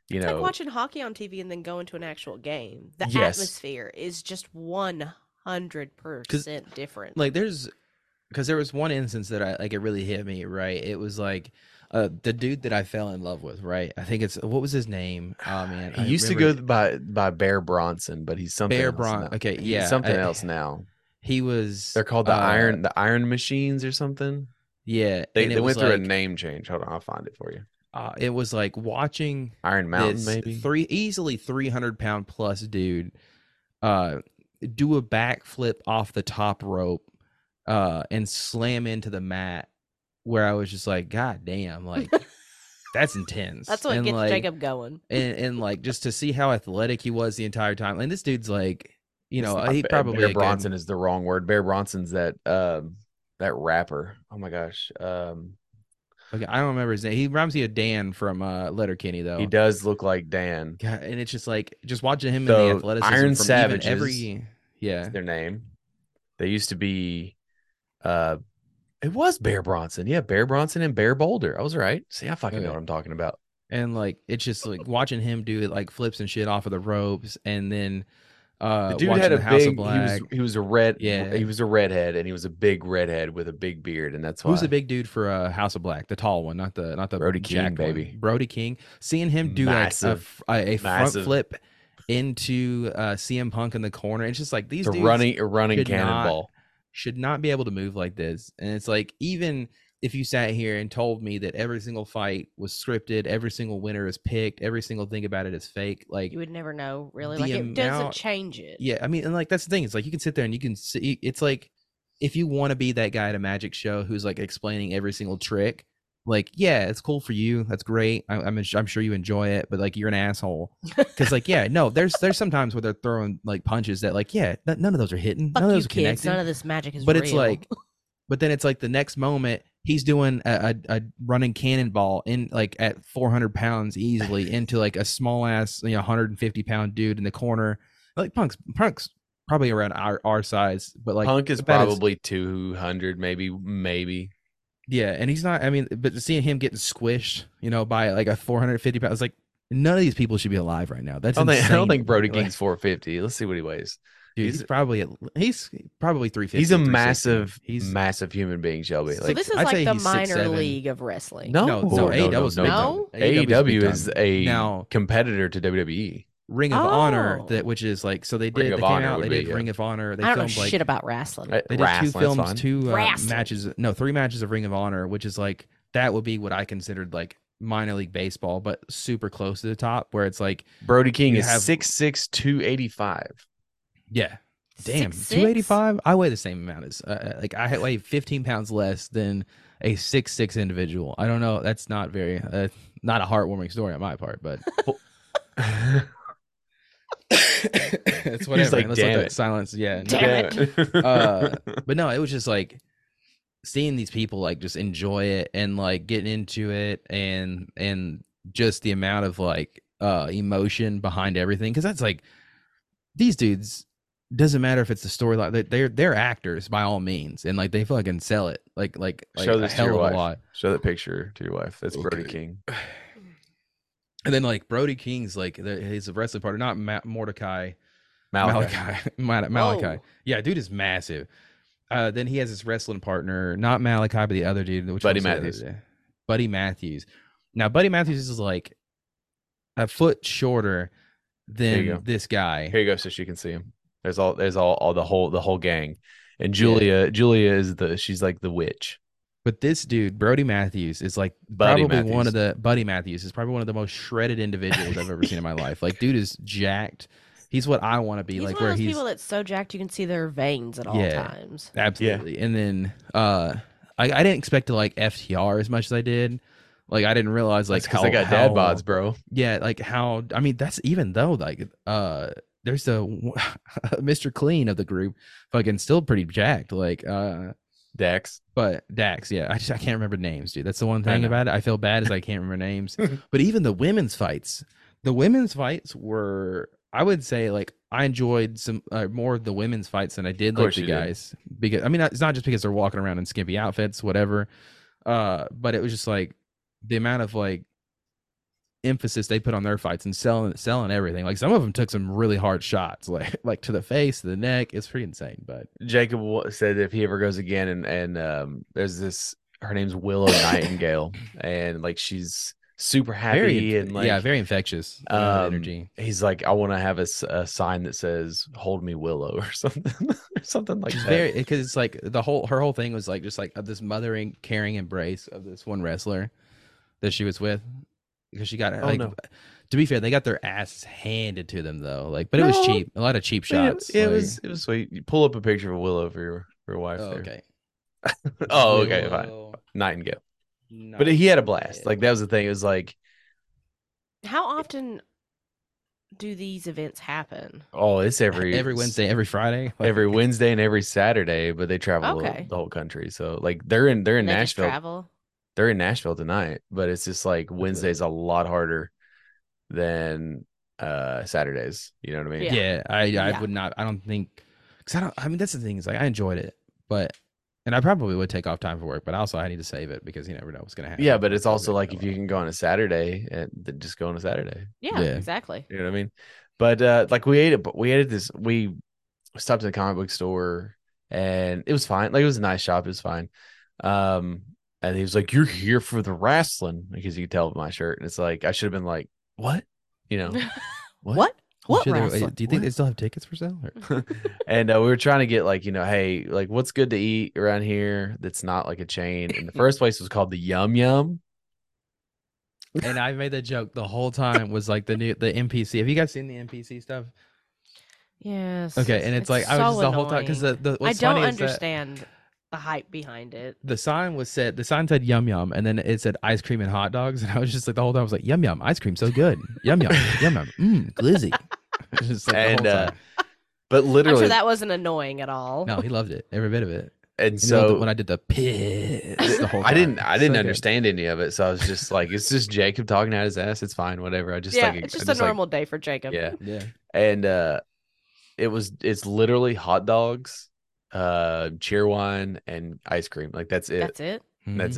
you It's know like watching hockey on TV and then going to an actual game. The Yes. atmosphere is just one hundred percent different. like there's because there was one instance that I like it really hit me right. It was like. Uh, the dude that I fell in love with, right? I think it's what was his name? Oh man, he I used to remember- go by by Bear Bronson, but he's something Bear else Bron- now. okay, He's yeah, something I- else now. He was. They're called the uh, Iron the Iron Machines or something. Yeah, They and it they was went through a like- name change. Hold on, I'll find it for you. uh, it was like watching Iron Mountain, this maybe. three easily three hundred pound plus dude uh, do a backflip off the top rope uh, and slam into the mat. Where I was just like, God damn, like that's intense. That's what and gets like, Jacob going. and, and like just to see how athletic he was the entire time. And this dude's like, you It's know, not he Bear- probably Bear again- Bronson is the wrong word. Bear Bronson's that um that rapper. Oh my gosh. Um Okay, I don't remember his name. He reminds me of Dan from uh, Letterkenny though. he does look like Dan. God, and it's just like just watching him in So, the athleticism Iron from Savages- even every yeah Their name. They used to be uh It was Bear Bronson. Yeah, Bear Bronson and Bear Boulder. I was right. See, I fucking Okay. know what I'm talking about. and like it's just like watching him do it like flips and shit off of the ropes and then uh The dude watching had a the House big. of He Black. was he was a red. Yeah. he was a redhead, and he was a big redhead with a big beard, and that's why. Who's the big dude for uh, House of Black? The tall one, not the not the Brody King, jacked one. baby. Brody King. Seeing him do like a, Massive. f- a- a front Massive. flip into uh, CM Punk in the corner, it's just like these the dudes running a running could not- cannonball? should not be able to move like this. And it's like even if you sat here and told me that every single fight was scripted, every single winner is picked, every single thing about it is fake, like You would never know, really. The Like it doesn't amount- change it. yeah, I mean, and like that's the thing. It's like you can sit there and you can see. It's like if you want to be that guy at a magic show who's like explaining every single trick. Like, yeah, it's cool for you. That's great. I, I'm ins- I'm sure you enjoy it, but like you're an asshole because like yeah, no, there's there's sometimes where they're throwing like punches that like yeah, n- none of those are hitting, Fuck none of you, those kids. are connecting. None of this magic is but real. it's like, but then it's like the next moment he's doing a, a, a running cannonball in like at 400 pounds easily into like a small ass you know 150 pound dude in the corner like punk's punk's probably around our our size but like Punk is about as- probably two hundred, maybe maybe. yeah and he's not i mean but seeing him getting squished you know by like a 450 pounds like none of these people should be alive right now that's I don't think, I don't insane think to me. Brody Like, King's four fifty. Let's see what he weighs. dude, he's- he's probably at, he's probably 350 He's a 360. massive, he's massive human being, Shelby. so Like this is I'd like say the he's minor 6'7". league of wrestling. no, no, no, no, no, AEW no, is no, big no. time. AEW is big AEW is time. a Now- competitor to E. WWE. Ring of Honor Oh. that which is like so they did Ring they of came Honor out would they be, did yeah. Ring of Honor they I don't know filmed like shit about wrestling. I- they did Wrestling, two that's films fine. two uh, Wrestling. matches no three matches of Ring of Honor which is like that would be what I considered like minor league baseball but super close to the top where it's like Brody King You is have- six six two eighty five. yeah damn 6'6"? 285 I weigh the same amount as uh, like I weigh 15 pounds less than a six six individual I don't know that's not very uh, not a heartwarming story on my part but it's whatever like, man. let's let "Damn that it." silence yeah no. Damn it. Uh, but no, it was just like seeing these people like just enjoy it and like getting into it and and just the amount of like uh emotion behind everything because that's like these dudes doesn't matter if it's the storyline they- they're they're actors by all means and like they fucking sell it like like, like Show a this to hell your of wife. a lot Show that picture to your wife. That's Brody Okay. King. and then like Brody King's like the, his wrestling partner not Ma- Mordecai Malachi. Oh, Malachi. Mal- Malachi. Yeah, dude is massive. Uh, then he has his wrestling partner, not Malachi, but the other dude, which Buddy one was the other Matthews. dude? Buddy Matthews. Now, Buddy Matthews is like a foot shorter you than go. this guy. Here you go, so she can see him. There's all there's all, all the whole the whole gang. And Julia Julia is the she's like the witch. But this dude, Brody Matthews, is like Buddy probably one Matthews. of the Buddy Matthews is probably one of the most shredded individuals I've ever seen in my life. Like, dude is jacked. He's what I want to be. he's like one where of those he's people that's so jacked you can see their veins at all Yeah. times. Absolutely. And then uh I, I didn't expect to like FTR as much as I did. Like I didn't realize like Like how I got dad how- bods, bro. Yeah, like how I mean that's even though like uh there's the Mr. Clean of the group fucking still pretty jacked. Like uh Dex. but Dax, yeah, I just I can't remember names, dude. That's the one I thing know. about it. I feel bad as I can't remember names. but even the women's fights, the women's fights were, I would say, like I enjoyed some uh, more of the women's fights than I did like course the you did. guys because I mean it's not just because they're walking around in skimpy outfits, whatever. Uh, but it was just like the amount of like emphasis they put on their fights and selling selling everything. Like some of them took some really hard shots, like like to the face, to the neck. It's pretty insane, but. Jacob wa- said if he ever goes again, and and um, there's this her name's Willow Nightingale, and like she's super happy Very, and like yeah, very infectious you know, um, energy. He's like, I want to have a, s- a sign that says "Hold me, Willow" or something, or something like She's that. very because it's like the whole her whole thing was like just like of this mothering, caring embrace of this one wrestler that she was with because she got Oh, like. no. To be fair, they got their asses handed to them though. Like, but it was No. cheap. A lot of cheap I mean, it- shots. It, like- was it was sweet. You pull up a picture of Willow for your for your wife. Oh, there. okay. oh, okay, fine. Well, Nightingale. no. But he had a blast. Yeah. Like that was the thing. It was like, How often do these events happen? oh, it's every every s- Wednesday, every Friday, like, every Wednesday, and every Saturday. But they travel the- Okay. the whole country. So like they're in they're in they just Nashville. travel. they're in Nashville tonight, but it's just like Wednesday's a lot harder than uh Saturdays. You know what I mean? Yeah, Yeah. I I Yeah. would not. I don't think because I don't. I mean, that's the thing is like I enjoyed it, but And I probably would take off time for work, but also I need to save it because you never know what's gonna happen. Yeah, but it's Probably also gonna like go if you out. can go on a Saturday and th- just go on a Saturday. Yeah, Yeah. exactly. You know what I mean? But uh like we ate it, but we ate at this we stopped at the comic book store and it was fine. Like it was a nice shop, it was fine. Um and he was like, You're here for the wrestling because you could tell with my shirt. And it's like I should have been like, What? You know, What? What? I'm sure they- wrestling? Do you think What? they still have tickets for sale? Or- and uh, we were trying to get like, you know, hey, like what's good to eat around here that's not like a chain. And the first place was called the Yum Yum. and I made the joke the whole time was like the new the NPC. Have you guys seen the NPC stuff? Yes. Okay, and it's, like I was just the whole time because annoying. the, the I what's don't funny is that- understand the hype behind it. the sign was said the sign said yum yum and then it said ice cream and hot dogs and I was just like the whole time I was like yum yum ice cream so good yum yum yum yum mm, glizzy just like And, the whole uh, time. But literally I'm sure that wasn't annoying at all. no he loved it every bit of it and you know, so the- when I did the piss Th- the whole I time. didn't I So didn't good. understand any of it. So I was just like, it's just Jacob talking out his ass. It's fine, whatever. I just yeah, like it's I just a like- normal day for Jacob. yeah. yeah And uh it was it's literally hot dogs, uh cheer wine, and ice cream. Like that's it. That's, That's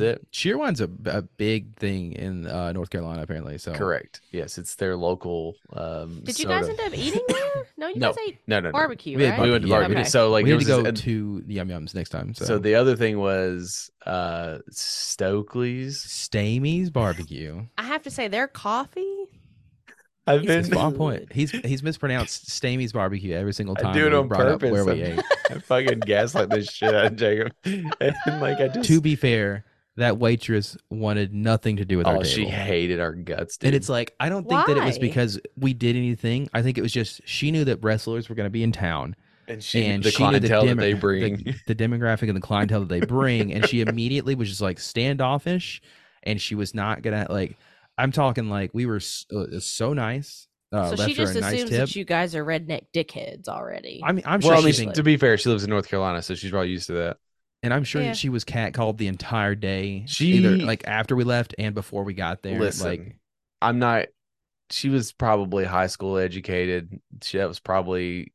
it. Mhm. it. Cheerwine's a, a big thing in uh, North Carolina apparently so Correct. Yes, it's their local um Did you guys soda. end up eating there? No, you No. guys ate No, no, no. barbecue, We had right? We went to Yeah, we barbecue. did. So like we it need was to this- go and- to the yum yums next time so, so. the other thing was uh Stokely's. Stamey's barbecue I have to say, their coffee. I've Jesus. He's been on point. He's he's mispronounced Stamey's barbecue every single I time. do it that we on brought up Where purpose. we ate. I fucking gaslight this shit out of Jacob. And like I just to be fair, that waitress wanted nothing to do with Oh, our she table. hated our guts, dude. and it's like I don't think that it was Why? because we did anything. I think it was just she knew that wrestlers were going to be in town, and she and the she knew the clientele that demo- they the- bring. the demographic and the clientele that they bring, and she immediately was just like standoffish, and she was not gonna like. I'm talking like we were s- uh, so nice. Uh, so left she just her a nice assumes tip. that you guys are redneck dickheads already. I mean, I'm sure well, I she mean, thinks to be fair, she lives in North Carolina, so she's probably used to that. and I'm sure Yeah. that she was catcalled the entire day. either She- like after we left and before we got there. like Listen. I'm not. She was probably high school educated. She, that was probably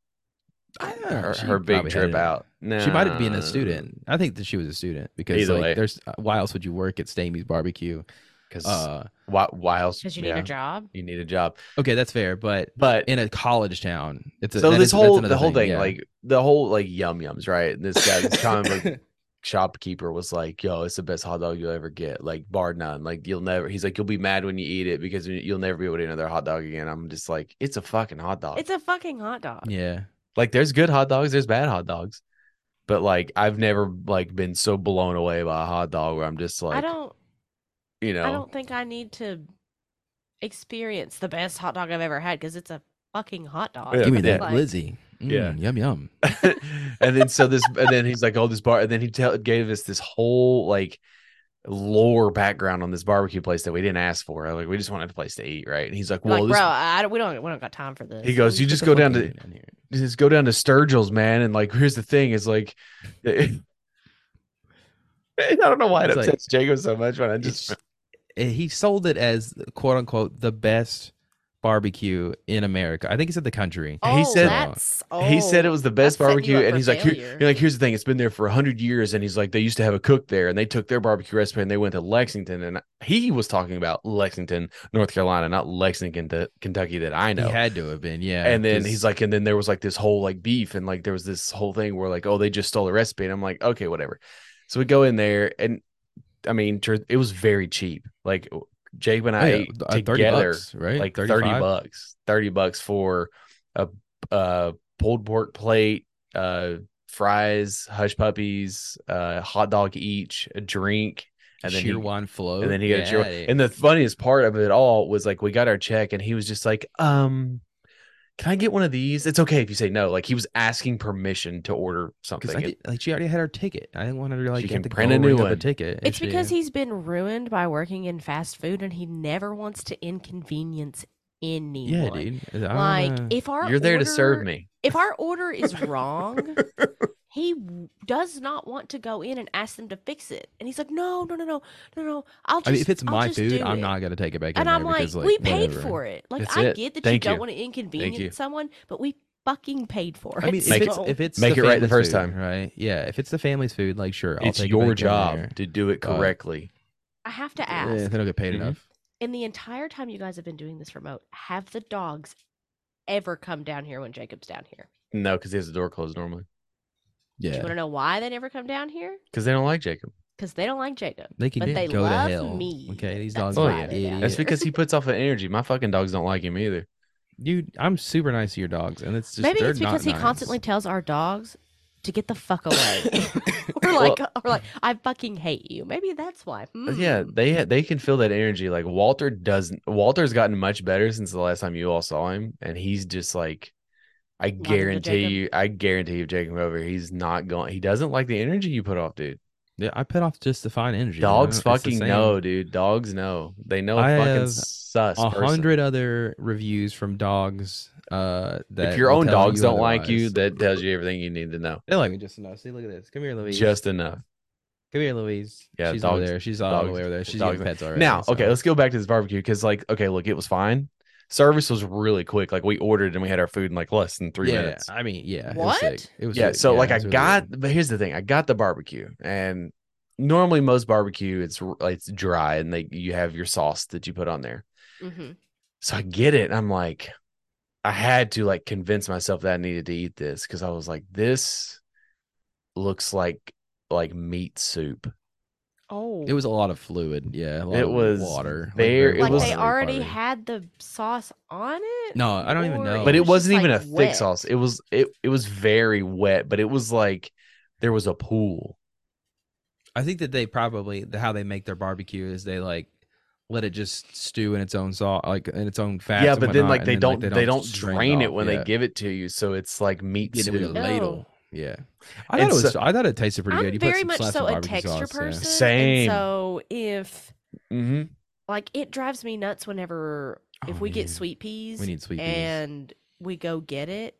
I don't know, her, she her big probably had trip it. out. She might have been Nah. a student. I think that she was a student because Either like way. there's uh, why else would you work at Stamey's barbecue? because Uh why, why else? because you need yeah, a job. You need a job, okay, that's fair, but but in a college town, it's a, so that this is- that's whole the another whole thing, yeah. like the whole like yum yums, right? This guy, this comic book shopkeeper was like, "Yo, it's the best hot dog you'll ever get, like bar none. Like you'll never." He's like, "You'll be mad when you eat it because you- you'll never be able to eat another hot dog again." I'm just like, "It's a fucking hot dog. It's a fucking hot dog. Uh, yeah, like there's good hot dogs, there's bad hot dogs, but like I've never like been so blown away by a hot dog where I'm just like, I don't. you know, I don't think I need to experience the best hot dog I've ever had because it's a fucking hot dog. Yeah. give me that Like, Lizzie. Mm, Yeah. yum yum. and then so this and then he's like oh this bar and then he tell, gave us this whole like lore background on this barbecue place that we didn't ask for like we just wanted a place to eat right and he's like Like, well bro, this, I don't, we don't we don't got time for this. he goes you What just the go fuck down are to you doing here? just go down to sturgill's man and like here's the thing is like i don't know why it It's like- upsets jacob so much but i just It's- eh, he sold it as quote unquote the best barbecue in America. I think he said the country. Oh, he said- that's, he said it oh, was the best setting you barbecue, up and for he's like, "Here- failure. you're like, here's the thing, it's been there for hundred years, and he's like, they used to have a cook there, and they took their barbecue recipe and they went to Lexington, and he was talking about Lexington, North Carolina, not Lexington, Ken- Kentucky, that I know. He had to have been, yeah. and then 'cause- he's like, and then there was like this whole like beef, and like there was this whole thing where like, oh, they just stole the recipe, and I'm like, okay, whatever. So we go in there, and I mean, tr- it was very cheap. Like Jake and Oh, I yeah, ate th- uh, together bucks, right? like 30 35? bucks 30 bucks for a uh pulled pork plate uh fries hush puppies uh hot dog each a drink and then he, Sirwan flow. and then he got a cheer Yeah. and the funniest part of it all was like we got our check and he was just like um can I get one of these? It's okay if you say no. Like he was asking permission to order something. because I did, like she already had her ticket. I didn't want her to like She get can the print a gold new ring of one. ticket. It's because he's been ruined by working in fast food, and he never wants to inconvenience anyone. yeah, dude. I don't Like wanna- if our You're there to serve order- me. If our order is wrong, he w- does not want to go in and ask them to fix it, and he's like, "No, no, no, no, no, no. I'll just I mean, if it's I'll my just food, do I'm it." not gonna take it back. And in I'm there like, because, like, we paid whatever. for it. Like, That's I it. get that Thank you don't you. want to inconvenience you. someone, but we fucking paid for it. I mean, if Make it's, so- if it's Make it the right the family's first food, time. right? Yeah, if it's the family's food, like sure, I'll it's take a your bacon job there. to do it But- correctly. I have to Eh, ask. they don't get paid Mhm. enough. in the entire time you guys have been doing this remote, have the dogs ever come down here when Jacob's down here? no, because he has the door closed normally. Do you Yeah, want to know why they never come down here? Because they don't like Jacob. Because they don't like Jacob. they can But get- they go love to hell. me. Okay, these dogs That's why are they're down idiots. Oh, That's Yeah. because he puts off an energy. My fucking dogs don't like him either. Dude, I'm super nice to your dogs, and it's just Maybe they're it's not because he nice. constantly tells our dogs to get the fuck away. or like, or like, I fucking hate you. Maybe that's why. Uh, But Yeah, Mm. they ha- they can feel that energy. Like Walter doesn't. Walter's gotten much better since the last time you all saw him, and he's just like, I to guarantee Jacob. you, I guarantee you, Jacob over, he's not going. He doesn't like the energy you put off, dude. Yeah, I put off just the fine energy. you Dogs know? It's the fucking same. know, dude. Dogs know. They know I a fucking have sus. A person. hundred other reviews from dogs. Uh, that If your will own tell dogs you don't like you, otherwise. that tells you everything you need to know. they like me just enough. See, look at this. Come here, Louise. Just enough. come here, Louise. Yeah, she's over dogs- there. She's all the dogs- way over there. She's dogs- getting pets already. Now, so- okay, let's go back to this barbecue because, like, okay, look, it was fine. Service was really quick. Like, we ordered and we had our food in like less than three yeah, minutes. I mean, yeah. it was What? sick. It was yeah. sick. So, like, it I was really got, good. but here's the thing: I got the barbecue, and normally most barbecue it's r- it's dry, and like you have your sauce that you put on there. Mhm. So I get it. and I'm like, I had to like convince myself that I needed to eat this because I was like, this looks like like meat soup. Oh, It was a lot of fluid. Yeah, a lot It of was water. very- it like was- they watery, already watery. had the sauce on it. No, I don't even Or know. but It it was just, wasn't even like, a thick wet? sauce. It was it it was very wet, but it was like there was a pool. I think that they probably the- how they make their barbecue is they like let it just stew in its own sauce, like in its own fat. yeah, but then like they, don't, they don't drain it, when yeah. they give it to you, so it's like meat Get it with a soup. ladle. Yeah, I And thought it was. so- I thought it tasted pretty I'm good. You put very some much slaps so of a barbecue texture sauce, yeah. person. and Same. so if hmm like it drives me nuts whenever if Oh, we man. get sweet peas we need sweet peas. and we go get it,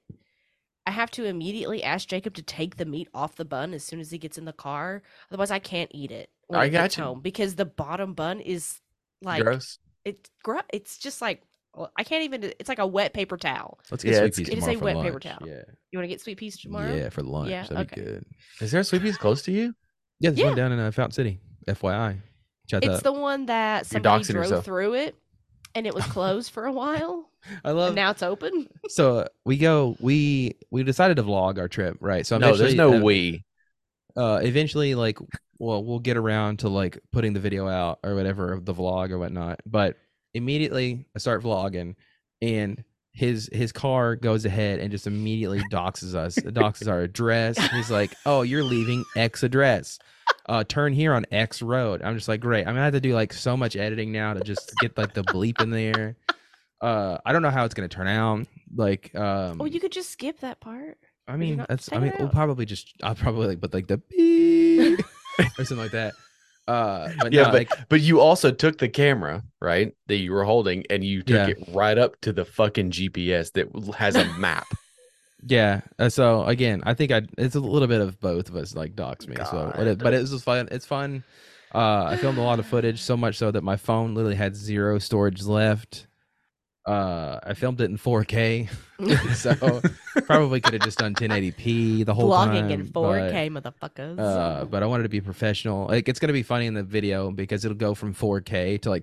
I have to immediately ask Jacob to take the meat off the bun as soon as he gets in the car. Otherwise, I can't eat it. When I it gets gotcha. home because the bottom bun is like Gross. it's gr- it's just like well, I can't even. It's like a wet paper towel. Let's get Yeah, sweet it's- peas It is tomorrow a for wet lunch. paper towel. Yeah, You want to get sweet peas tomorrow? yeah, for lunch. Yeah, That'd okay. be good. Is there a sweet peas close to you? Yeah, there's one Yeah. down in uh, Fountain City. FYI, shout It's out. the one that You're somebody doxing drove yourself. through it, and it was closed for a while. I love and now it's open. so uh, we go we we decided to vlog our trip right so no, there's eventually, no uh, we. uh eventually like well we'll get around to like putting the video out or whatever of the vlog or whatnot but immediately i start vlogging and his his car goes ahead and just immediately doxes us doxes our address he's like oh you're leaving x address uh turn here on x road i'm just like great i'm gonna have to do like so much editing now to just get like the bleep in there uh i don't know how it's gonna turn out like um Well, Oh, you could just skip that part. I you mean, not that's. I take mean, it we'll out? probably just. I'll probably like, but like the beep or something like that. Uh, but Yeah, no, like, But you also took the camera, right, that you were holding, and you took Yeah. it right up to the fucking GPS that has a map. yeah. uh, so again, I think I. It's a little bit of both of us like docs me. So, but it, but it was just fun. It's fun. Uh, I filmed a lot of footage, so much so that my phone literally had zero storage left. Uh, I filmed it in 4K, so probably could have just done 1080p the whole Vlogging time. in but- 4K, motherfuckers. Uh, but I wanted to be professional. Like it's gonna be funny in the video because it'll go from 4K to like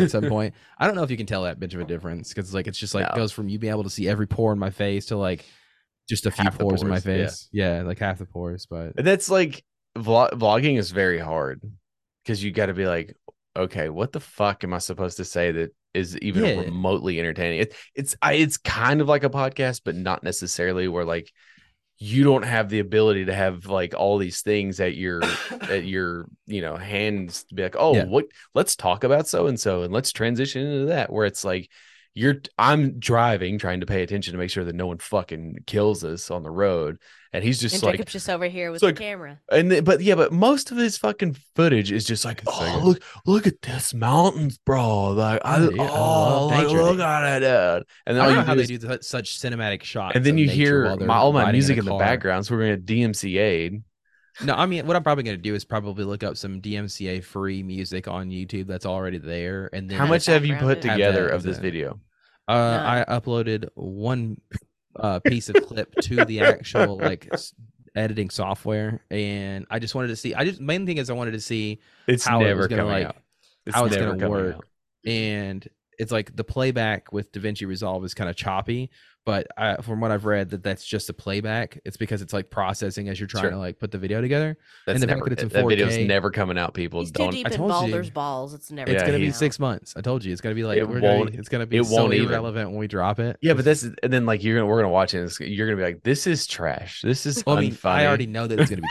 at some point. I don't know if you can tell that much of a difference because like it's just like No. goes from you being able to see every pore in my face to like just a few Half the pores in my pores, yeah. face. Yeah. like half the pores. But And that's like vlog- vlogging is very hard because you got to be like, okay, what the fuck am I supposed to say that is even Yeah. remotely entertaining? It, it's I, it's kind of like a podcast, but not necessarily. Where like you don't have the ability to have like all these things at your at your you know hands to be like, oh, Yeah. what? Let's talk about so and so, and let's transition into that. Where it's like. You're I'm driving, trying to pay attention to make sure that no one fucking kills us on the road, and he's just and like, Jacob's just over here with so the like- camera. and the, but yeah, but most of his fucking footage is just like, It's like oh a- look, look at this mountains, bro. Like I, Yeah, yeah, I oh, love like, nature. look at it, dude. And then I all don't you know how do they is- do th- such cinematic shots. and then of you nature hear while they're my, all my riding music a in, the car. background, so we're gonna DMCA. No, I mean, what I'm probably gonna do is probably look up some DMCA free music on YouTube that's already there, and then How the much have you background put is- Have together that of this as a- video? Uh, I uploaded Uh, one uh, piece of clip to the actual like s- editing software, and I just wanted to see. I just main thing is I wanted to see It's how it never was gonna coming like, out. It's how it's never gonna coming work. out. and it's like the playback with DaVinci Resolve is kind of choppy. But I, from what I've read, that that's just a playback. It's because it's like processing as you're trying Sure. to like put the video together. That's the fact never, that it's in that video's 4K never coming out. People He's too don't. deep I in told you. Baldur's balls. It's never. Yeah, it's gonna be he's- six. six months. I told you, it's gonna be like It we're gonna- won't- it's gonna be it so won't even. irrelevant when we drop it. Yeah, but this is, and then like you're gonna we're gonna watch it. And it's, you're gonna be like, this is trash. This is Well, I mean, unfunny. I already know that it's gonna be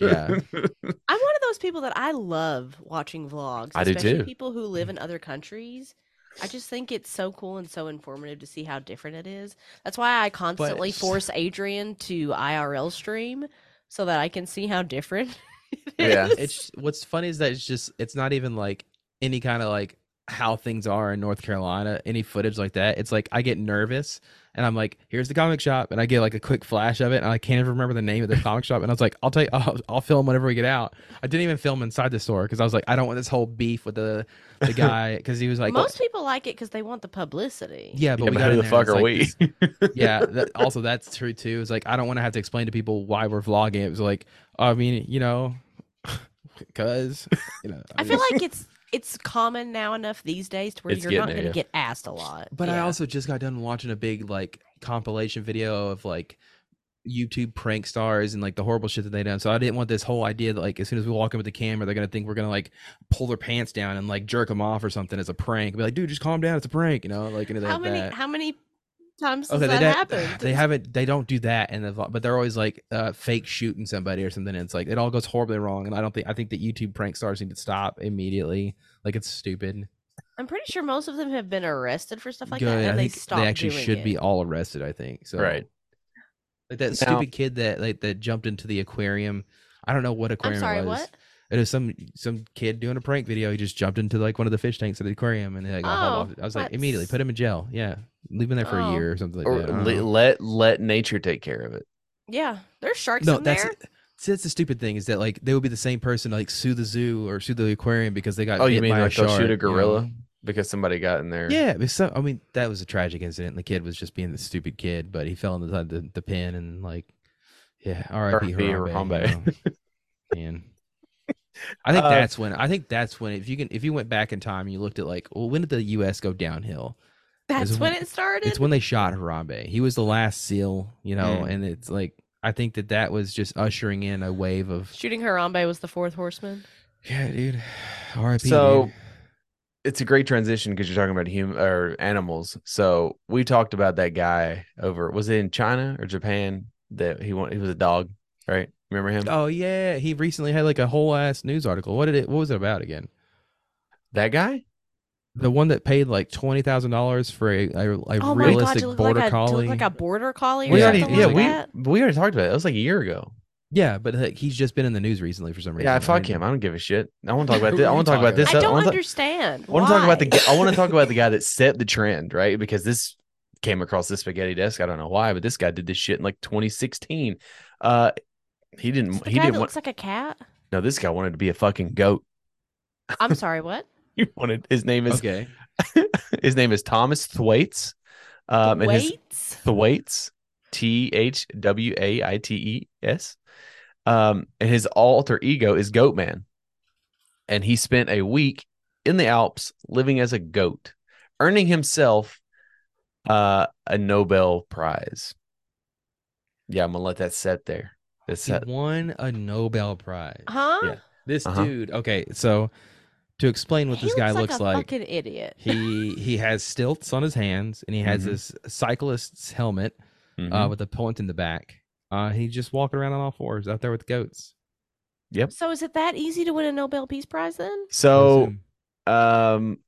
Yeah, I'm one of those people that I love watching vlogs. I do especially too. People who live in other countries. I just think it's so cool and so informative to see how different it is. That's why I constantly s- force Adrian to IRL stream so that I can see how different. it Yeah. is. it's what's funny is that it's just it's not even like any kind of like how things are in North Carolina, any footage like that. It's like I get nervous and I'm like, here's the comic shop, and I get like a quick flash of it, and I can't even remember the name of the comic shop. And I was like, I'll tell you, I'll, I'll film whenever we get out. I didn't even film inside the store because I was like, I don't want this whole beef with the the guy because he was like, most people like it because they want the publicity. yeah, but, Yeah, we but got who in the there, and fuck it's are like we? this- yeah that, also that's true too it's like i don't want to have to explain to people why we're vlogging it was like i mean you know because you know I feel like it's it's common now enough these days to where It's you're not getting going there, to yeah. get asked a lot. but i Yeah. also just got done watching a big like compilation video of like youtube prank stars and like the horrible shit that they done so i didn't want this whole idea that like as soon as we walk in with the camera they're gonna think we're gonna like pull their pants down and like jerk them off or something as a prank be like dude just calm down it's a prank you know like anything how like many that. how many times has Okay, they that don't- happened? They haven't. They don't do that in the vlog, but they're always like uh, fake shooting somebody or something. And it's like it all goes horribly wrong. And I don't think I think that YouTube prank stars need to stop immediately. Like it's stupid. I'm pretty sure most of them have been arrested for stuff like Good. that, and I they think stopped. they actually doing should it. be all arrested. I think so. Right. Like that Now- stupid kid that like that jumped into the aquarium. I don't know what I'm aquarium. sorry, it was. what? It was some some kid doing a prank video. He just jumped into like one of the fish tanks at the aquarium, and they like got hauled Oh, off. I was like that's- immediately put him in jail. Yeah, leave him there for a Oh. year or something like or that. I don't le- know. let let nature take care of it. Yeah, there's sharks in that's there. see, that's the stupid thing is that like they would be the same person to, like sue the zoo or sue the aquarium because they got Oh, you bit mean by like a they'll shark, shoot a you know? gorilla? Because somebody got in there. Yeah, but so, I mean that was a tragic incident. The kid was just being the stupid kid, but he fell inside the, the pen and like, yeah, R.I.P. R.I.P. Harambe. you Harambe. know? Man, I think Uh, that's when I think that's when if you can if you went back in time and you looked at like, well, when did the U.S. go downhill? That's it's when when- it started. It's when they shot Harambe. He was the last seal, you know, Mm. and it's like I think that that was just ushering in a wave of Shooting Harambe was the fourth horseman. Yeah, dude. R.I.P. So- It's a great transition because you're talking about human or animals. So we talked about that guy over was it in China or Japan that he went he was a dog, right? Remember him? dude. oh yeah, he recently had like a whole ass news article. What did it? What was it about again? That guy? The one that paid like twenty thousand dollars for a, a, a oh my god, realistic you look like border a you collie. look like a border collie. We or already something yeah, like we that. we already talked about it. That was like a year ago. yeah, but like, he's just been in the news recently for some reason. Yeah, I fuck mean, him. I don't give a shit. I want to talk about Who this. I are you want to talk about talking this. I so- don't wanna ta- understand. I want to talk about the. why. gu- I want to talk about the guy that set the trend, right? Because this came across the spaghetti desk. I don't know why, but this guy did this shit in like 2016. Uh, he It's didn't. the He guy didn't that want. looks like a cat. No, this guy wanted to be a fucking goat. I'm sorry, what? He wanted. His name is. Okay. his name is Thomas Thwaites. Um, and his Waits. Thwaites, T H W A I T E S. Um, and his alter ego is Goatman. And he spent a week in the Alps living as a goat, earning himself uh, a Nobel Prize. Yeah, I'm gonna let that set there. That's He set. won a Nobel Prize. Huh? Yeah. This Uh-huh. dude. Okay, so to explain what He this guy looks looks like a like, fucking idiot. he he has stilts on his hands and he has Mhm. this cyclist's helmet uh, Mhm. with a point in the back. Uh, he just walking around on all fours out there with goats. So is it that easy to win a Nobel Peace Prize then? so Assume. um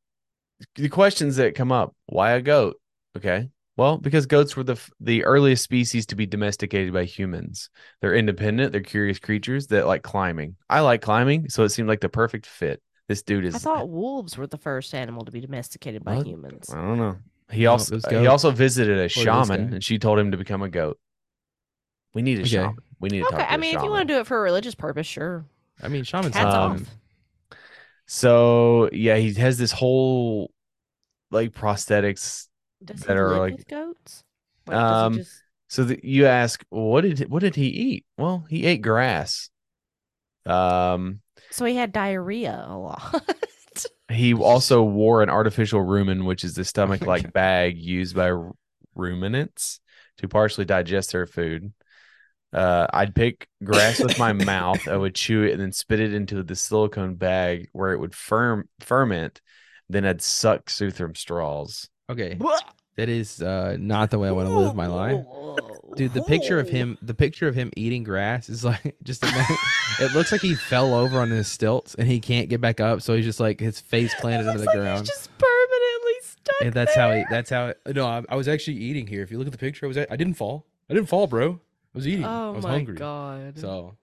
the questions that come up why a goat okay well because goats were the f- the earliest species to be domesticated by humans they're independent they're curious creatures that like climbing i like climbing so it seemed like the perfect fit this dude is I thought wolves were the first animal to be domesticated by What? humans. I don't know he No, also those he goats. also visited a this shaman guy. and she told him to become a goat we need a Okay. shaman we need to Okay, talk to I mean, if you want to do it for a religious purpose, sure. I mean, shaman's Hats um, off. so yeah he has this whole like prosthetics Does he that are live like- with goats? Um, does he just So that you ask, what did what did he eat? Well, he ate grass. Um, So he had diarrhea a lot. he also wore an artificial rumen, which is the stomach like God. bag used by r- ruminants to partially digest their food. Uh, I'd pick grass with my mouth. I would chew it and then spit it into the silicone bag where it would firm ferment. Then I'd suck Suthrum straws. Okay, that is uh, not the way I want to live my life. Dude, the picture of him, the picture of him eating grass is like just. ima- it looks like he fell over on his stilts and he can't get back up, so he's just like his face planted into the ground. just permanently stuck. And that's how he. That's how. It, no, I, I was actually eating here. If you look at the picture, I was. at- I didn't fall. I didn't fall, bro. I was eating. Oh I was my hungry. god. So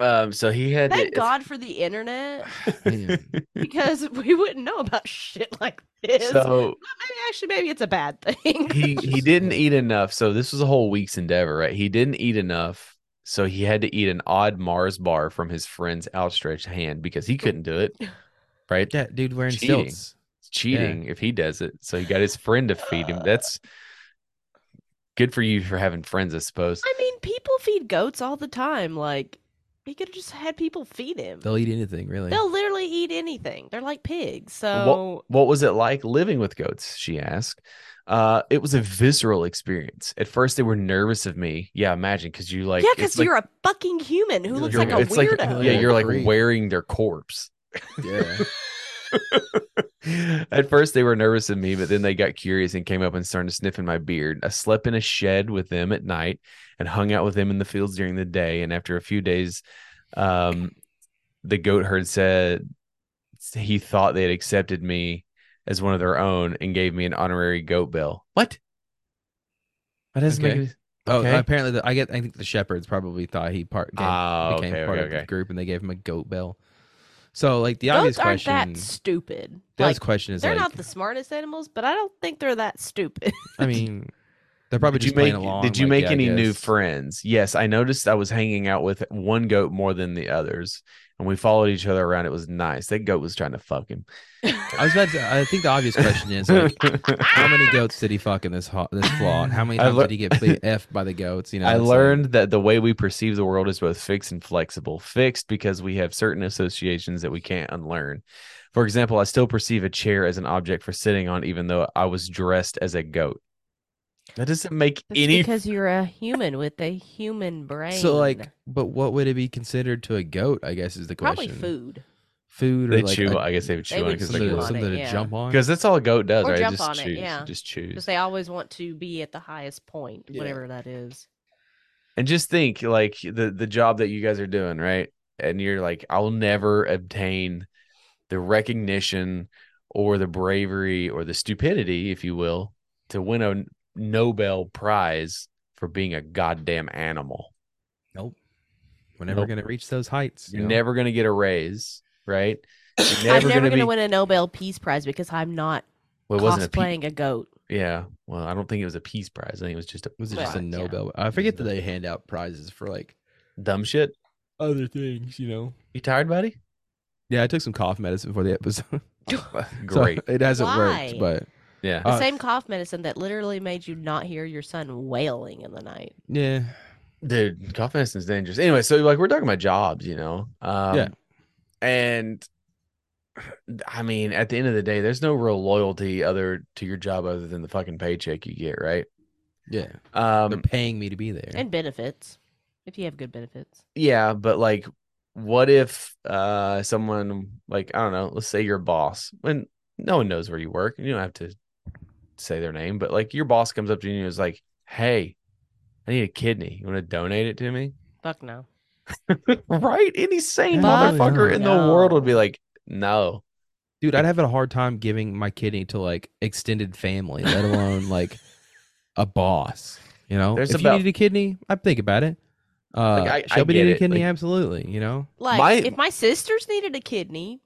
Um, so he had Thank to- God for the internet man, because we wouldn't know about shit like this. So But maybe actually, maybe it's a bad thing. he he Just- didn't eat enough. So this was a whole week's endeavor, right? He didn't eat enough. So he had to eat an odd Mars bar from his friend's outstretched hand because he couldn't do it. Right? yeah, dude, wearing Cheating. stilts. It's cheating if he does it. So he got his friend to feed him. That's good for you for having friends, I suppose. I mean, people feed goats all the time. Like he could have just had people feed him. They'll, They'll eat anything, really. literally eat anything. They're like What- pigs. So What was it like living with goats? She asked. Uh, it was a visceral experience. At first, they were nervous of me. Yeah, imagine because you like yeah, it's because like- you're a fucking human who You're looks you're- like a it's like- weirdo. yeah, you're like Creep. wearing their corpse. yeah. At first, they were nervous of me, but then they got curious and came up and started sniffing my beard. I slept in a shed with them at night and hung out with them in the fields during the day. And after a few days, um, the goat herd said he thought they had accepted me as one of their own and gave me an honorary goat bell. What? That doesn't Okay. make any Oh, Okay. apparently, the, I get. I think the shepherds probably thought he part gave, Ah, became okay, part okay, of the okay. group, and they gave him a goat bell. So, like the obvious Goats aren't question. that stupid. the obvious Like, question is they're like, not the smartest animals, but I don't think they're that stupid. I mean, they're probably did just you make, playing along. Did you like, make yeah, I any new guess. friends? Yes, I noticed I was hanging out with one goat more than the others, and we followed each other around. It was nice. That goat was trying to fuck him. I was about to. I think the obvious question is like, how many goats did he fuck in this ho- this flaw? And How many I times lear- did he get ble- effed by the goats? You know, I it's like- learned that the way we perceive the world is both fixed and flexible. Fixed because we have certain associations that we can't unlearn. For example, I still perceive a chair as an object for sitting on, even though I was dressed as a goat. That doesn't make That's any. because you're a human with a human brain. So like, but what would it be considered to a goat? I guess is the question. probably food. Food or They like chew. a- I guess they would chew they on it would because chew they something, on to, it, something to yeah. jump on. Because that's all a goat does, Or right? jump just on it, choose. yeah. Just choose. Because they always want to be at the highest point, Yeah. whatever that is. and just think like the the job that you guys are doing right and you're like i'll never obtain the recognition or the bravery or the stupidity if you will to win a nobel prize for being a goddamn animal Nope. We're never Nope. gonna reach those heights. you're you know? never going to get a raise right you're I'm never gonna going to win a Nobel Peace Prize because I'm not well, it wasn't a pe- cosplaying a goat. yeah well i don't think it was a peace prize i think it was just a Was it just a Right, yeah. Nobel? I forget that they hand out prizes for like dumb shit other things. You know. you tired buddy Yeah, I took some cough medicine for the episode. so great it hasn't Why? worked, but yeah The Uh, same cough medicine that literally made you not hear your son wailing in the night. yeah. Dude, cough medicine's dangerous. Anyway, so like we're talking about jobs, you know. Um, Yeah. And I mean, at the end of the day, there's no real loyalty other to your job other than the fucking paycheck you get, right? Yeah. They're Um, paying me to be there. And benefits, if you have good benefits. yeah, but like, what if uh someone like I don't know, let's say your boss, when no one knows where you work, and you don't have to say their name, but like your boss comes up to you and is like, "Hey, I need a kidney. You want to donate it to me?" Fuck no. right? Any sane Fuck motherfucker in the no. world would be like, no. Dude, I'd have a hard time giving my kidney to like extended family, let alone like a boss. You know, There's if about- you need a kidney, I'd think about it. Uh, Like, I- I Shelby get needed it, a kidney, like- absolutely. You know, Like, My- if my sisters needed a kidney,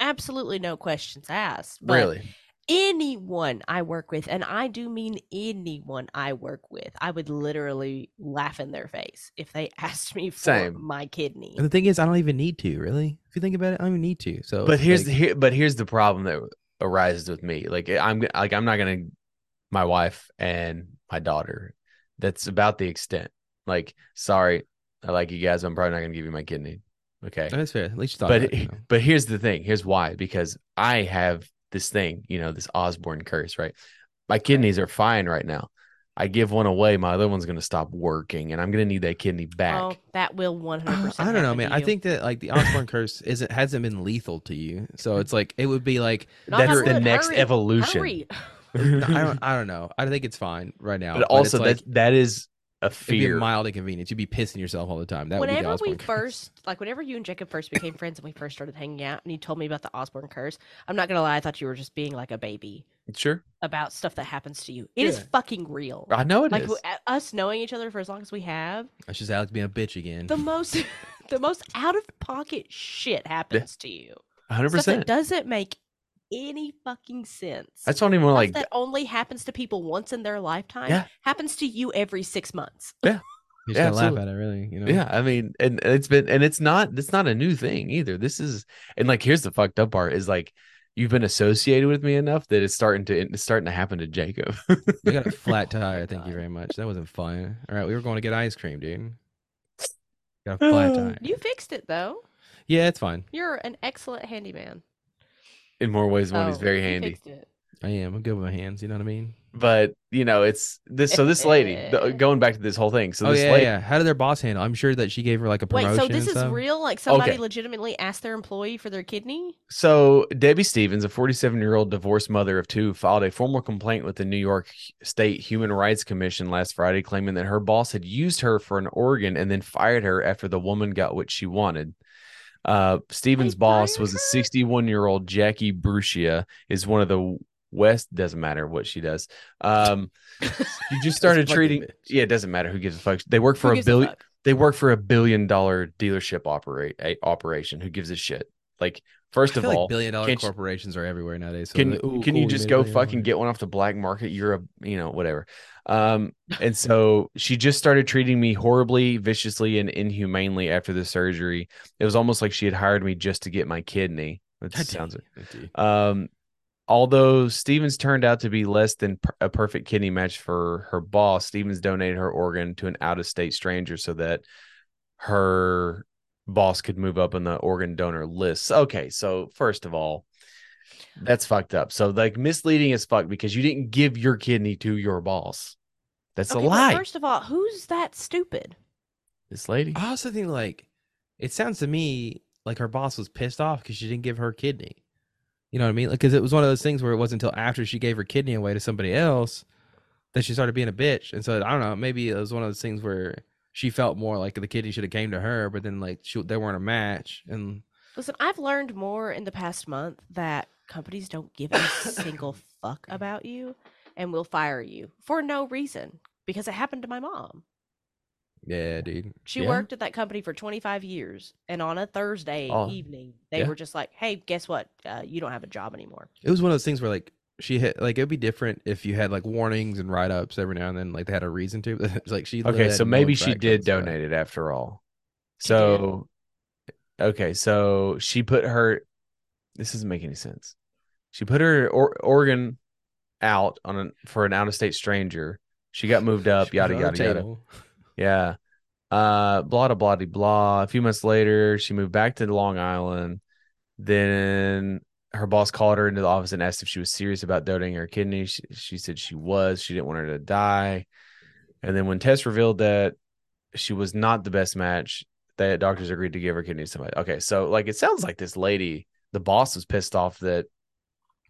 absolutely no questions asked. But Really? anyone I work with, and I do mean anyone I work with, I would literally laugh in their face if they asked me for Same. my kidney. and the thing is, I don't even need to really. If you think about it, I don't even need to. So, But here's the like, here, but here's the problem that eh, arises with me. Like I'm like I'm not gonna my wife and my daughter That's about the extent. Like, sorry, I like you guys. But I'm probably not gonna give you my kidney. Okay. That's fair. At least you thought but about it, you he- know. but here's the thing. Here's why. Because I have this thing, you know, this Osborne curse, right? My kidneys are fine right now. I give one away, my other one's gonna stop working, and I'm gonna need that kidney back. Oh, that will 100%. I don't know, happen man. to I you. think that like the Osborne curse isn't hasn't been lethal to you, so it's like it would be like No, That's I the would. next Hurry, evolution. Hurry. I don't I don't know. I think it's fine right now. but also, it's like, that that is a it'd be a fear. mild inconvenience. You'd be pissing yourself all the time. That would be the whenever Osborne we curse. first, like, whenever you and Jacob first became friends and we first started hanging out, and you told me about the Osborne curse, I'm not gonna lie, I thought you were just being like a baby sure, about stuff that happens to you. It is Yeah. fucking real. I know it is. Like w- uh, us knowing each other for as long as we have, That's just Alex being a bitch again. the most, the most out of pocket shit happens to you. hundred Stuff that percent. doesn't make any fucking sense. I just don't even want to Stuff like that only happens to people once in their lifetime Yeah. happens to you every six months. you yeah, just gotta laugh absolutely. at it, really. You know. Yeah, I mean, and and it's been, and it's not, it's not a new thing either. This is, and like, here's the fucked up part is like, you've been associated with me enough that it's starting to, it's starting to happen to Jacob. We got a flat tire. Thank you God. very much. That wasn't fun. All right, we were going to get ice cream, dude. Got a flat tire. Oh, You fixed it though. Yeah, it's fine. You're an excellent handyman. In more ways, than one he's Oh, very you handy. fixed it. I am. I'm good with my hands. You know what I mean? But you know, it's this. So this lady, the- going back to this whole thing. So oh this yeah, lady, yeah. How did their boss handle? I'm sure that she gave her like a Wait, promotion. so this and is stuff. real? Like somebody Okay. legitimately asked their employee for their kidney? So Debbie Stevens, a 47 year old divorced mother of two, filed a formal complaint with the New York State Human Rights Commission last Friday, claiming that her boss had used her for an organ and then fired her after the woman got what she wanted. Uh, Stevens' They boss fired was a her? 61 year old Jackie Brucia, is one of the West doesn't matter what she does. Um, you just started Fucking treating. bitch. Yeah, it doesn't matter who gives a fuck. They work for Who a gives billion fuck? they work for a billion dollar dealership operate a, operation. Who gives a shit? Like, first I of feel like all, billion dollar can't you- corporations are everywhere nowadays. So can they're like, "Ooh, can cool, you we just made a go billion fucking dollars." get one off the black market? You're a you know whatever. Um, and so she just started treating me horribly, viciously, and inhumanely after the surgery. It was almost like she had hired me just to get my kidney. That God sounds damn, dude. um, although Stevens turned out to be less than per- a perfect kidney match for her boss, Stevens donated her organ to an out of state stranger so that her boss could move up in the organ donor list. Okay, so first of all, that's fucked up. So like misleading as fuck because you didn't give your kidney to your boss. That's Okay, a but lie. First of all, who's that stupid? this lady. I also think like it sounds to me like her boss was pissed off because she didn't give her kidney. You know what I mean? Like, because it was one of those things where it wasn't until after she gave her kidney away to somebody else that she started being a bitch. And so I don't know. Maybe it was one of those things where she felt more like the kidney should have came to her, but then like she, they weren't a match. And Listen, I've learned more in the past month that companies don't give a single fuck about you and will fire you for no reason because it happened to my mom. yeah, dude, She Yeah. worked at that company for 25 years, and on a Thursday Oh, evening, they yeah. were just like, "Hey, guess what? Uh, you don't have a job anymore." it was one of those things where like she hit like it'd be different if you had like warnings and write ups every now and then. Like they had a reason to. But it's like she Okay, led so no maybe she track did of stuff. donate it after all. She did. So, okay, so she put her. This doesn't make any sense. She put her or, organ out on an, for an out of state stranger. She got moved up. She was Yada on the yada yada. table. Yeah. Uh, blah, blah, blah, de blah. A few months later, she moved back to Long Island. Then her boss called her into the office and asked if she was serious about donating her kidney. She, she said she was. She didn't want her to die. And then when tests revealed that she was not the best match, that doctors agreed to give her kidney to somebody. Okay, so like it sounds like this lady, the boss, was pissed off that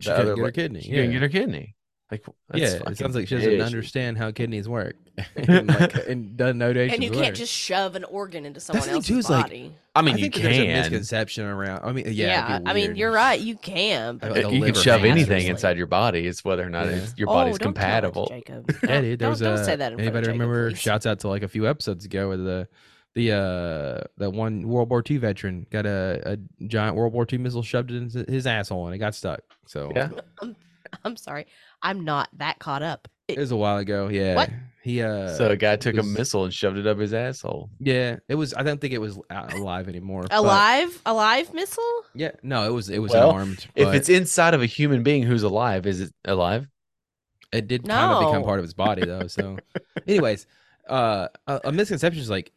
She the couldn't other get her la- kidney, She didn't yeah. get her kidney. Like that's yeah, fucking it sounds like she doesn't bitch. understand how kidneys work, and, like, and doesn't know And you work. can't just shove an organ into someone the thing, else's too, is, like, body. I mean, I you think that There's a can. misconception around. I mean, yeah, it'd be I mean, weird. you're right. You can, Uh, but Uh, the you can liver shove has anything to- inside your body. It's whether or not Yeah. it's, your Oh, body's don't tell that to compatible. Jacob. Yeah, Don't- dude. There was don't, a, don't say that. In front of uh, anybody Jacob, remember? please. Shouts out to like a few episodes ago where the the uh that one World War II veteran got a, a giant World War II missile shoved in his- his asshole and it got stuck. So Yeah. I'm sorry. I'm not that caught up. it was a while ago. Yeah, he uh. so a guy took a was- missile and shoved it up his asshole. yeah, it was. I don't think it was out alive anymore. but- alive, alive missile. yeah, no, it was. It was Well, armed. if it's inside of a human being who's alive, is it alive? It did kind of become No. part of his body though. So, anyways, uh, a, a misconception is like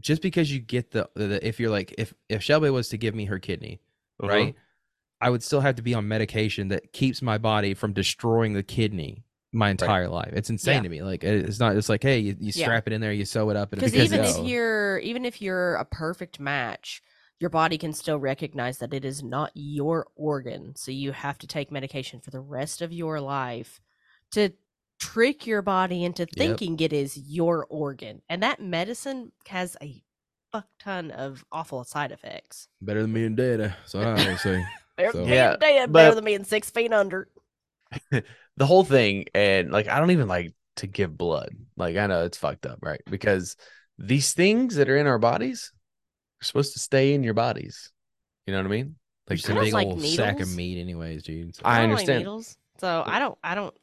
just because you get the, the, the if you're like if if Shelby was to give me her kidney, Uh-huh. right? I would still have to be on medication that keeps my body from destroying the kidney my entire life. It's insane Yeah. to me. Like it- it's not. It's like hey, you, you Yeah. strap it in there, you sew it up, and it Because becomes even go. if you're even if you're a perfect match, your body can still recognize that it is not your organ. So you have to take medication for the rest of your life to trick your body into thinking it is your organ. And that medicine has a fuck ton of awful side effects. better than being dead, so I always say. Better So- than Yeah, being dead, but- better than being six feet under. the whole thing and like i don't even like to give blood like i know it's fucked up right because these things that are in our bodies are supposed to stay in your bodies you know what i mean like It's I a don't big like old sack of needles. meat, anyways, dude. So- I don't like understand. needles, so I don't. I don't.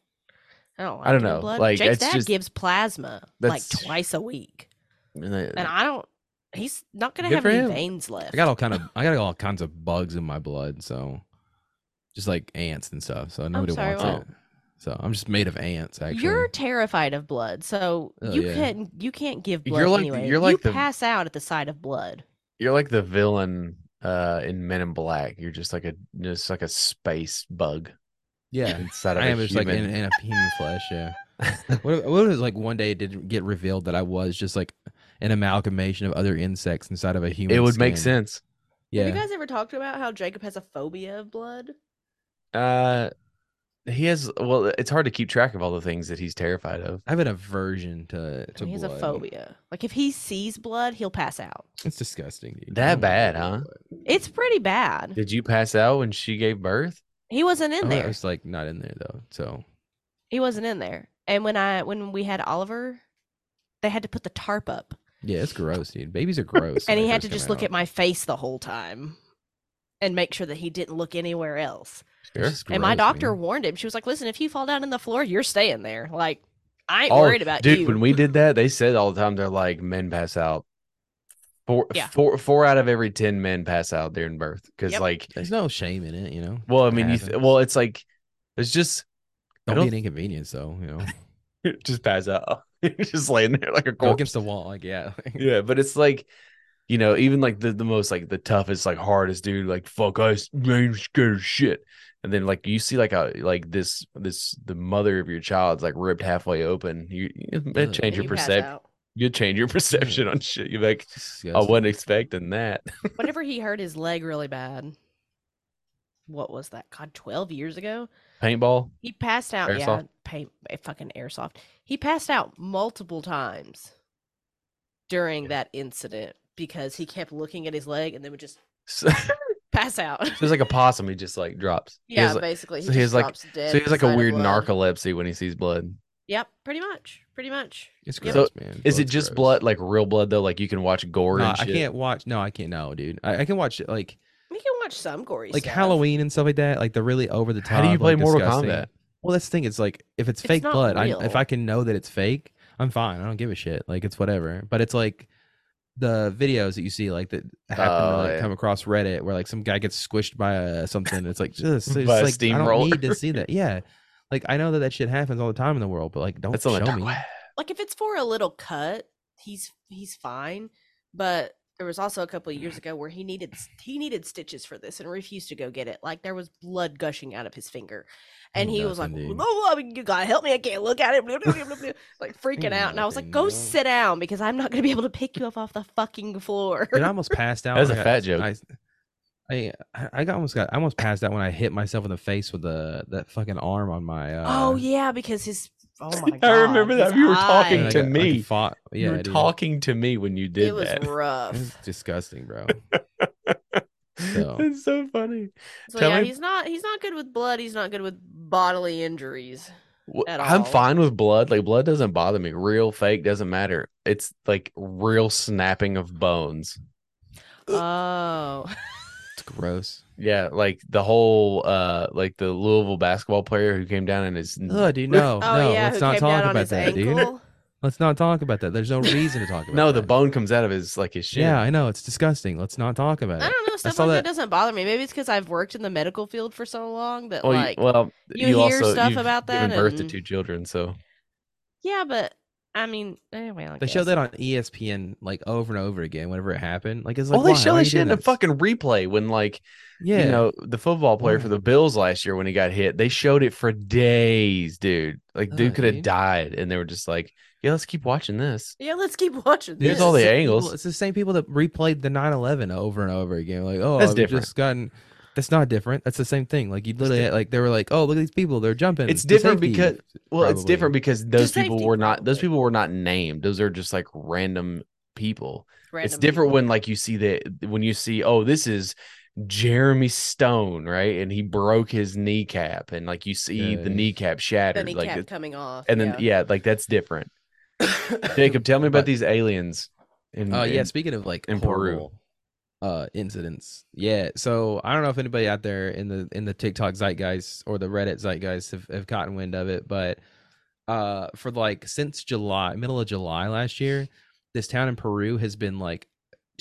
I don't. Like I don't giving know, Blood. like, Jake's it's dad just- gives plasma like that's- twice a week, and I- and I don't. He's not gonna Good have for any him. veins I left. got all kind of I got all kinds of bugs in my blood, so just like ants and stuff. So nobody sorry, wants what? it. So I'm just made of ants. Actually, You're terrified of blood, so Oh, you yeah. can't. You can't give blood You're like- anyway. you're like you the- pass out at the sight of blood. you're like the villain uh in men in black you're just like a just like a space bug yeah. inside of I a am just like in, human. in a human flesh. Yeah. What if, what if like one day it did get revealed that I was just like an amalgamation of other insects inside of a human? it would make skin? sense Have Yeah. you guys ever talked about how Jacob has a phobia of blood? uh he has well it's hard to keep track of all the things that he's terrified of I have an aversion to to I mean, he has blood. a phobia. Like if he sees blood, he'll pass out. It's disgusting. Dude. That I don't wanna bad, deal with huh? blood. It's pretty bad. did you pass out when she gave birth He wasn't in Oh, I there. was like not in there though. So He wasn't in there. And when I when we had Oliver, they had to put the tarp up, yeah, it's gross, dude. Babies are gross. when and he they had to first come just look out. at my face the whole time, and make sure that he didn't look anywhere else. It's just and my gross, doctor man. warned him. She was like, "Listen, if you fall down on the floor, you're staying there. Like, I ain't All- worried about Oh, dude, uh, you." when we did that, they said all the time they're like men pass out. Four, Yeah. four, four out of every ten men pass out during birth because, Yep. like, There's no shame in it, you know. well, I mean, you happens. th- well, it's like it's just I Don't, be don't- an inconvenience, though. You know, just pass out, just laying there like a go corpse. against the wall. Like, yeah, Yeah, but it's like, you know, even like the the most like the toughest, like hardest dude, like fuck, I s- I'm scared of shit. And then like you see like a like this this the mother of your child's like ripped halfway open. You it Ugh. change And your you pass perception. out. You change your perception on shit. You're like, I Disgusting. wasn't expecting that. Whenever he hurt his leg really bad, what was that? God, twelve years ago. Paintball. He passed out. Yeah, Airsoft? paint, eh, fucking airsoft. He passed out multiple times during that incident because he kept looking at his leg and then would just So, pass out. so he's like a possum. He just like drops. He yeah, has, like- basically. He so he just has, like- drops dead so he has at the like a sight of weird blood. narcolepsy when he sees blood. Yep, pretty much. Pretty much. It's Yeah. gross, man. Is it Blood's just gross. blood, like real blood though? Like you can watch gore Nah, and I shit. can't watch. No, I can't. No, dude, I, I can watch it like We can watch some gory like stuff. Halloween and stuff like that. Like the really over the top. How do you play like, Mortal disgusting- Kombat? Well, that's the thing. It's like if it's It's fake not blood, I, if real. I can know that it's fake, I'm fine. I don't give a shit. Like it's whatever. But it's like the videos that you see, like that happen Oh, or like yeah. come across Reddit, where like some guy gets squished by uh, something. and It's like just it's By a like I steamroller. don't need to see that. Yeah, like I know that that shit happens all the time in the world, but like don't That's on show the dark me. web. Like if it's for a little cut, he's he's fine. But there was also a couple of years Mm-hmm. ago where he needed s- he needed stitches for this and refused to go get it. Like there was blood gushing out of his finger, and Oh, he was like, Nothing, dude. "No, I mean, you gotta help me. I can't look at it." blah, blah, blah, blah, blah," like freaking out, and I was like, Nothing, "Go Mm-hmm. no. sit down because I'm not gonna be able to pick you up off the fucking floor." Dude, I almost passed out. That was when a I fat got- joke. I, I, I got almost got I almost passed out when I hit myself in the face with the that fucking arm on my. Uh, oh yeah, because his oh my god, I remember that. his You were talking and I eyes. to got- like, me. fought. Yeah, you were dude. talking to me when you did It was that. rough. It's disgusting, bro. So- That's so funny. So Tell yeah, me- he's not he's not good with blood. He's not good with bodily injuries. Wh- at I'm all. fine with blood. Like blood doesn't bother me. Real, fake doesn't matter. It's like real snapping of bones. Oh, It's gross. Yeah, like the whole uh like the Louisville basketball player who came down and his Oh, dude, no, oh no, yeah. let's who not came down talk on about his that, dude. ankle? Let's not talk about that. There's no reason to talk about. No, that. the bone comes out of his like his shin. Yeah, I know it's disgusting. Let's not talk about I it. don't know. Stuff saw like that. that- doesn't bother me. Maybe it's because I've worked in the medical field for so long that Well, you- like, well, you you, hear also stuff you've about that given birth to and- two children, so yeah, but I mean, anyway, I They showed guess. that on E ESPN like over and over again whenever it happened. Like it's well, like Oh, they why? show Why are that you shit doing in a this? fucking replay when like yeah. you know the football player for Why? the Bills last year when he got hit. They showed it for days, dude. Like dude Ugh, could have dude. died, and they were just like, "Yeah, let's keep watching this." Yeah, let's keep watching. Dude, Here's This. it's all the same angles. people- it's the same people that replayed the 9/11 over and over again. Like, oh, That's I've different. just gotten. That's not different. That's the same thing. Like you literally had- like they were like, oh, look at these people. They're jumping. It's to different safety. because- Well, it's Probably. different because those people safety, were not those probably. people were not named. Those are just like random people. it's Random different people. when like you see that when you see oh this is Jeremy Stone right and he broke his kneecap and like you see Yeah. the kneecap the shattered kneecap like coming off. and then yeah. like that's different. Jacob, tell me about But- these aliens. In, Uh, in- yeah. Speaking of like in Peru. horrible, uh, incidents. Yeah. So I don't know if anybody out there in the in the TikTok zeitgeist or the Reddit zeitgeist have, have gotten wind of it, but uh, for like since July, middle of July last year, this town in Peru has been like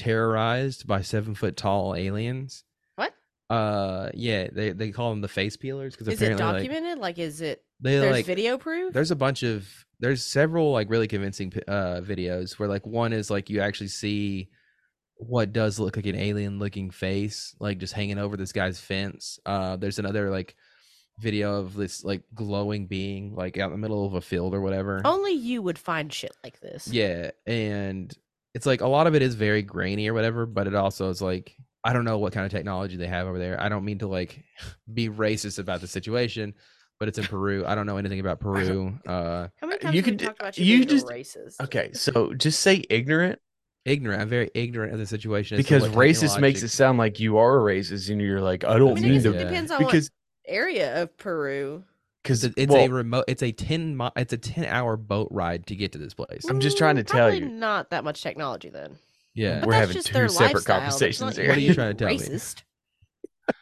terrorized by seven foot tall aliens. What? Uh, yeah. They they call them the face peelers because Is it apparently like, documented? Like, is it? they There's like video proof. there's a bunch of there's several like really convincing pi- uh videos where like one is like you actually see what does look like an alien looking face like just hanging over this guy's fence uh there's another like video of this like glowing being like out in the middle of a field or whatever Only you would find shit like this. yeah and it's like a lot of it is very grainy or whatever but it also is like i don't know what kind of technology they have over there i don't mean to like be racist about the situation but it's in peru i don't know anything about peru uh How many times You have we could- talked about you, you being just- racist? Okay, so just say ignorant ignorant. I'm very ignorant of the situation as to because what racist makes it technologic- sound like you are a racist and you're like I don't I mean, I mean guess to it Yeah. depends on because what area of Peru. because It's, it's well, a remote. It's a ten. Mi- it's a ten hour boat ride to get to this place. I'm just trying Mm, to tell probably you. Not that much technology then. Yeah, But We're that's having just two their separate lifestyle. That's conversations not here. What are you being trying to tell me? Racist.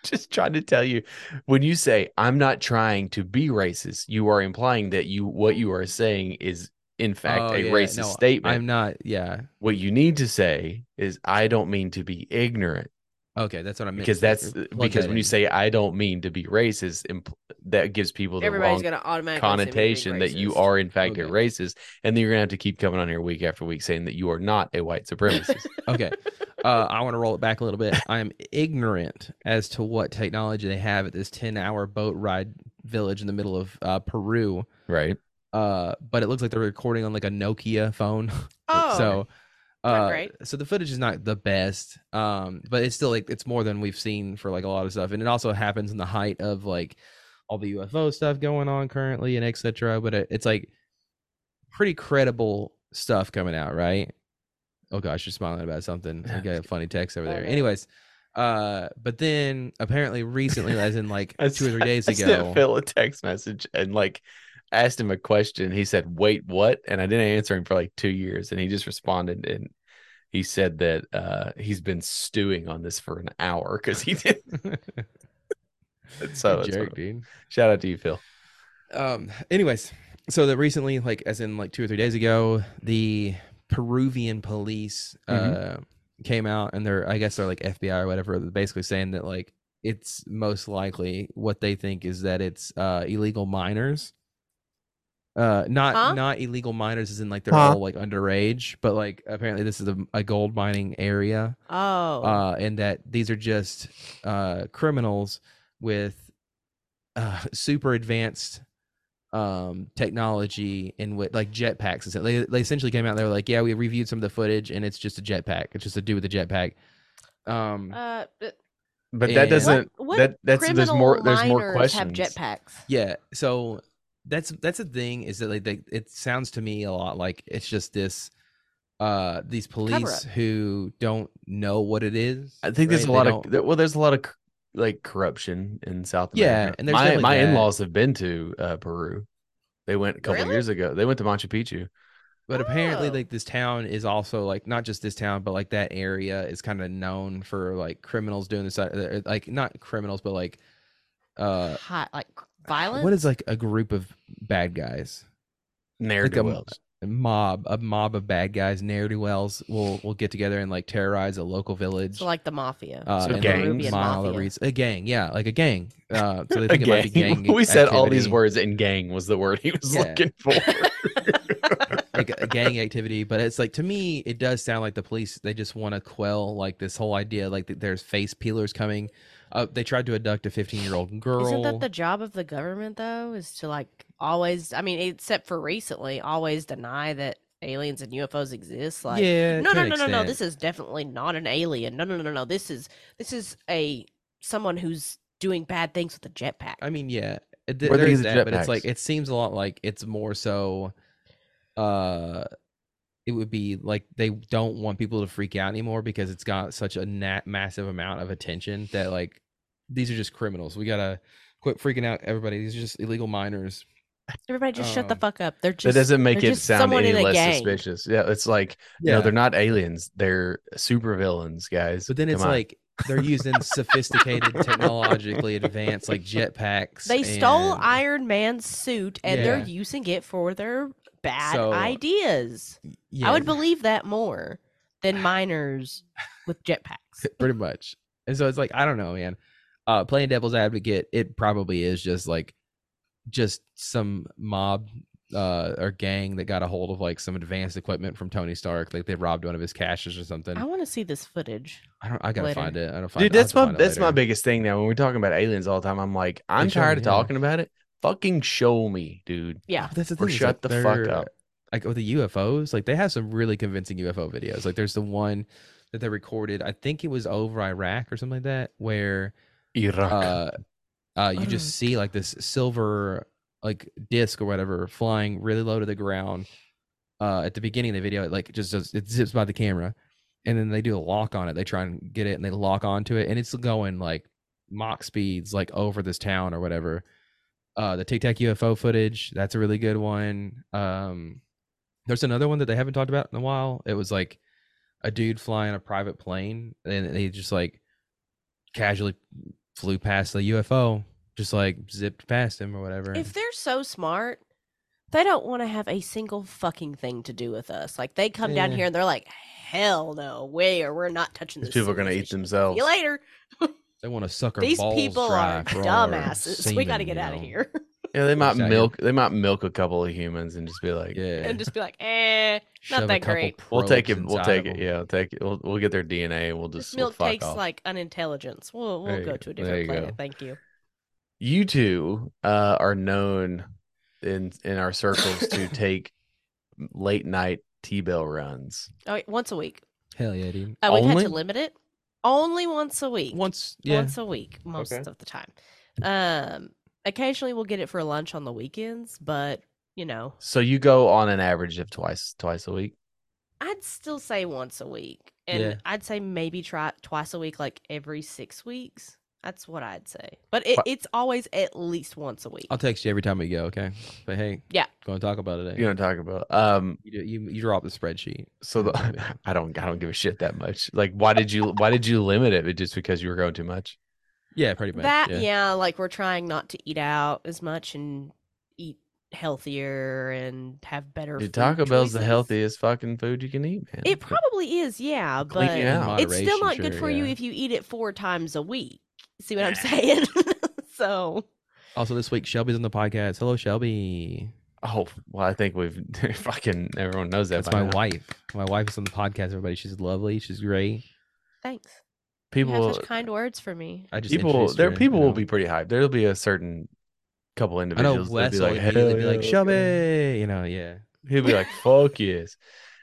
just trying to tell you when you say I'm not trying to be racist, you are implying that you what you are saying is in fact Oh, a yeah, racist no, statement. I'm not. Yeah. what you need to say is I don't mean to be ignorant Okay, that's what I meant. because to do. that's Plug because that when you in. say I don't mean to be racist, impl- that gives people the wrong Everybody's going to automatically assume you're being connotation that you racist. are in fact a Okay. racist, and then you're gonna have to keep coming on here week after week saying that you are not a white supremacist. okay, uh, I want to roll it back a little bit. I'm ignorant as to what technology they have at this ten hour boat ride village in the middle of uh, Peru. right? Uh, but it looks like they're recording on like a Nokia phone. Oh, so not uh, great. so the footage is not the best um but it's still like it's more than we've seen for like a lot of stuff and it also happens in the height of like all the ufo stuff going on currently and etc but it, it's like pretty credible stuff coming out right oh gosh you're smiling about something i got a funny text over Oh, there no. anyways uh but then apparently recently as in like I two or three sent- days I sent ago Phil a text message and like asked him a question. He said, "Wait, what?" And I didn't answer him for like two years, and he just responded and he said that uh, he's been stewing on this for an hour because he did. so You it's funny. jerk, dude shout out to you, Phil. um anyways so that recently like as in like two or three days ago the peruvian police uh came out and they're i guess they're like fbi or whatever they're basically saying that like it's most likely what they think is that it's uh illegal minors uh not Huh? not illegal minors as in like they're Huh? all like underage but like apparently this is a, a gold mining area Oh. uh, and that these are just uh, criminals with uh, super advanced um, technology in with like jetpacks and stuff. They they essentially came out. and They were like, "Yeah, we reviewed some of the footage, and it's just a jetpack. It's just a dude with a jetpack." Um, uh, but But And- that doesn't. what, what that that's there's criminal more there's more minors questions. Have jetpacks. yeah, so that's that's the thing is that like they, it sounds to me a lot like it's just this. Uh, these police who don't know what it is. I think there's right? a They lot don't- of there- well, there's a lot of c- like corruption in South Yeah, America. and there's my definitely my that. in-laws have been to uh, Peru. They went a couple Really? years ago. They went to Machu Picchu. But apparently, Oh. like this town is also like not just this town, but like that area is kind of known for like criminals doing this, uh, like not criminals, but like uh, Hot, like violent. what is like a group of bad guys? Ne'er do wells. mob, a mob of bad guys, ne'er do wells, will will get together and like terrorize a local village. So like the mafia. uh, So and, like, gangs. Peruvian mile the mafia. reas- a gang, yeah, like a gang. Uh, so they think it might be gang. we said all these activity. words, and gang was the word he was Yeah. looking for. like a gang activity but it's like to me it does sound like the police they just want to quell like this whole idea like that there's face peelers coming uh, they tried to abduct a 15 year old girl Isn't that the job of the government though? Is to like always I mean, except for recently, always deny that aliens and UFOs exist. Like yeah no to no an no no no, extent. this is definitely not an alien. No no no no no. This is this is a someone who's doing bad things with a jetpack. i mean yeah it, th- Where they there's use the that but it's like jetpacks. it seems a lot like it's more so uh it would be like they don't want people to freak out anymore because it's got such a nat- massive amount of attention that like these are just criminals we gotta quit freaking out everybody these are just illegal minors Everybody just shut the um, fuck up. They're just that doesn't make they're it just sound someone any in a less gang. suspicious. Yeah, it's like no, they're not aliens. They're supervillains, guys. But then it's Come on. like they're using sophisticated, technologically advanced like jetpacks. They stole and- Iron Man's suit and Yeah. they're using it for their bad So, ideas. Yeah, I would believe that more than miners with jetpacks. pretty much. And so it's like I don't know, man. Uh, playing devil's advocate, it probably is just like just some mob uh, or gang that got a hold of like some advanced equipment from Tony Stark. Like they robbed one of his caches or something. I want to see this footage. I don't. I gotta later. find it. I don't find. Dude, it. I'll that's have to my find it that's my later. biggest thing now. When we're talking about aliens all the time, I'm like, I'm sure, tired of yeah. talking about it. Fucking show me, dude. Yeah. But that's the thing. Or is, shut like, the fuck they're- up. Like with the UFOs, like they have some really convincing UFO videos. Like there's the one that they recorded. I think it was over Iraq or something like that, where Iraq. uh, uh, you just see like this silver like disc or whatever flying really low to the ground. Uh, at the beginning of the video, it like just does, it zips by the camera, and then they do a lock on it. They try and get it, and they lock onto it, and it's going like mock speeds like over this town or whatever. Uh, the Tic Tac UFO footage that's a really good one. Um, there's another one that they haven't talked about in a while. It was like a dude flying a private plane, and they just like casually flew past the UFO, just like zipped past him or whatever. If they're so smart, they don't want to have a single fucking thing to do with us. Like they come down Yeah. here and they're like, "Hell no, we are we're not touching These this." people are gonna eat civilization. themselves. See you later. they want to suck our These balls people dry are for all our dumbasses. We got to semen, get you out of know? here Yeah, they might Exactly. milk. They might milk a couple of humans and just be like, Yeah, and just be like, "Eh, Shove a that couple great. we'll take probes it. We'll inside take of it. 'em. Yeah, we'll take it. We'll, we'll get their DNA. and We'll this just we'll milk fuck tastes off. like unintelligence. We'll There we'll you go go. to a There different you planet. go. Thank you." you two uh, are known in in our circles to take late night T bell runs. Oh, wait, once a week. Hell yeah, dude. Uh, we've had Only? to limit it. Only once a week. Once, yeah, once a week most Okay. of the time. Um, occasionally we'll get it for lunch on the weekends, but you know, So you go on an average of twice twice a week. I'd still say once a week, and Yeah. I'd say maybe try twice a week, like every six weeks. That's what I'd say, but it, Wha- it's always at least once a week. I'll text you every time we go. Okay, but hey, Yeah. going to talk about it. eh? You know what I'm talking about. Um, You, do- you you drop the spreadsheet. so the, I don't I don't give a shit that much. Like, why did you why did you limit it? Just because you were going too much? Yeah, pretty much. That yeah. yeah. like we're trying not to eat out as much and eat healthier and have better. Dude, food Taco Bell's the choices. healthiest fucking food you can eat, man. It probably is, yeah, Clean but it out. it's still moderation, not good sure, for you yeah. if you eat it four times a week. See what I'm saying? so Also, this week Shelby's on the podcast. Hello, Shelby. Oh well, I think we've fucking everyone knows that. That's by my now. wife. My wife is on the podcast. Everybody, she's lovely. She's great. thanks. you have People, such kind words for me. I just people, introduced there her, you people will know. be pretty hyped. There'll be a certain couple I know individuals. that'll Wes be will like, immediately be "Hell like, yeah." Shelby, you know, yeah. He'll be like, fuck yes.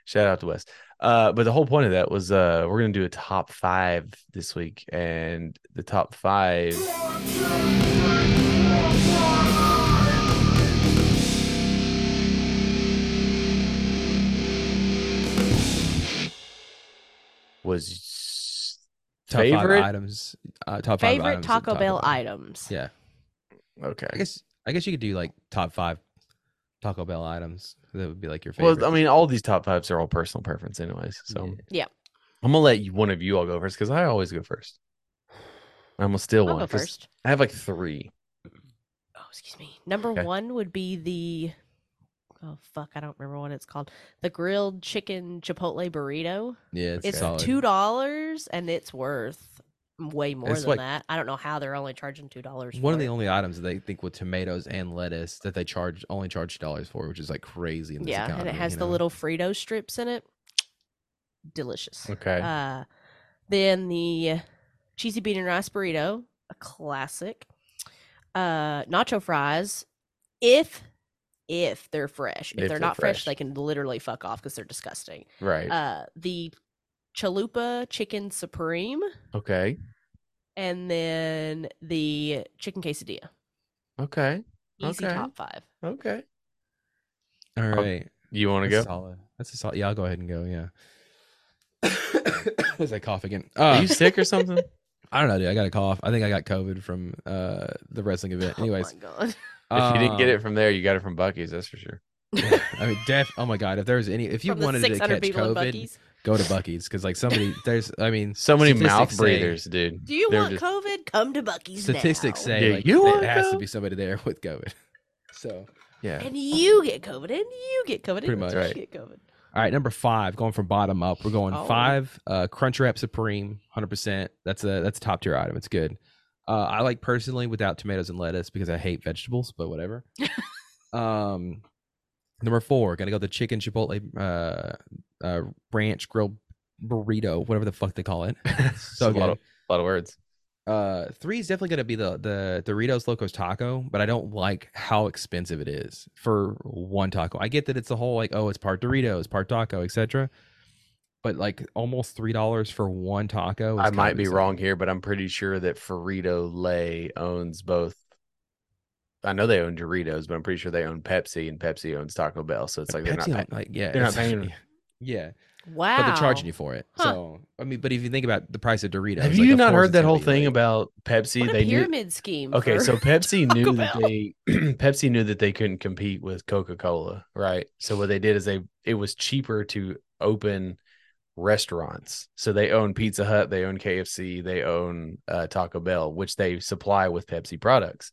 Shout out to Wes. Uh, but the whole point of that was uh, we're gonna do a top five this week, and the top five. Was Top Favorite- five items. Uh, top five Favorite items at Taco Taco Bell Bell. items. Yeah. okay. I guess I guess you could do like top five Taco Bell items. That would be like your favorite. Well, I mean, all these top fives are all personal preference, anyways. So Yeah. Yeah. I'm gonna let you, one of you all go first because I always go first. I'm gonna steal I'll one go 'cause first. I have like three. Oh, excuse me. Number Okay. one would be the oh fuck, I don't remember what it's called. The grilled chicken chipotle burrito. Yeah, it's, It's solid. two dollars and it's worth way more It's than like- that. I don't know how they're only charging two dollars. One of the only items that they think with tomatoes and lettuce that they charge only charge dollars for, which is like crazy. In this yeah, and economy, it you has the know? little Frito strips in it. Delicious. Okay. Uh, then the cheesy bean and rice burrito, a classic. Uh, nacho fries, if if they're fresh. If, If they're, they're not fresh, fresh. they can literally fuck off because they're disgusting. right. Uh, the chalupa chicken supreme, okay. and then the chicken quesadilla. Okay. Easy Okay. top five. Okay. All I'll right, You want to that's go? solid. That's a solid. Yeah, I'll go ahead and go. Yeah. As I cough again. Uh, Are you sick or something? I don't know, dude. I got a cough. I think I got COVID from uh the wrestling event. Anyways, oh my god. if you didn't get um, it from there, you got it from Bucky's. That's for sure. I mean, def. Oh my god, if there was any, if you From wanted the to 600 catch people in COVID, Buc-ee's. go to Bucky's because like somebody, there's, I mean, So many statistics mouth say- breathers, dude. Do you They're want just- COVID? Come to Bucky's. statistics now. say Yeah, like you there wanna has to go? be somebody there with COVID. So, Yeah. And you get COVID, and you get COVID, and Pretty much. you Right. get COVID. all right, number five, going from bottom up, we're going Oh. five. Uh, Crunchwrap Supreme, hundred percent. That's a that's a top tier item. It's good. Uh, I like personally without tomatoes and lettuce because I hate vegetables, but whatever. um, number four, gonna go the chicken chipotle uh, uh ranch grilled burrito, whatever the fuck they call it. so So a lot good. of, lot of words. uh three is definitely going to be the the doritos locos taco but i don't like how expensive it is for one taco i get that it's a whole like oh it's part doritos part taco etc but like almost three dollars for one taco I is might kinda be insane. wrong here, but I'm pretty sure that Frito Lay owns both. I know they own Doritos, but I'm pretty sure they own Pepsi, and Pepsi owns Taco Bell. So it's like they're Pepsi not. don't- paying- like yeah they're not it's- paying- yeah Wow. but they're charging you for it Huh. so i mean but if you think about the price of doritos Have like, you of not course heard it's that gonna whole be, thing like- about Pepsi? What a they knew. pyramid scheme. Okay, for- so Pepsi Taco knew that Bell. they Pepsi knew that they couldn't compete with Coca-Cola, right? So what they did is they it was cheaper to open restaurants. So they own Pizza Hut, they own KFC, they own uh, Taco Bell, which they supply with Pepsi products.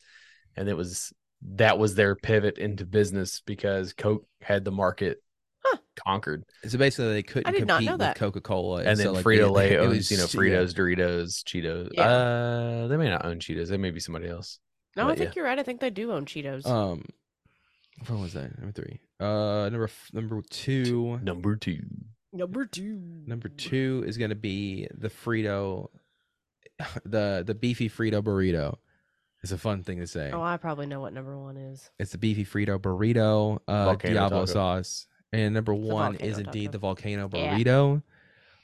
And it was that was their pivot into business because Coke had the market Huh. conquered, so basically they couldn't did not compete know with that. coca-cola and then so, like, they- Frito Lay it owns was- you know yeah. Fritos, Doritos, Cheetos. Yeah. Uh, they may not own Cheetos; they may be somebody else. no, I But yeah. think you're right. I think they do own Cheetos. Um, what was that? Number three. Uh, number f- number two. Number two. Number two. Number two is gonna be the Frito, the the beefy Frito burrito. It's a fun thing to say. Oh, I probably know what number one is. it's the beefy Frito burrito, uh, Volcano Diablo taco. sauce, and number one volcano is indeed taco. the volcano Yeah. burrito.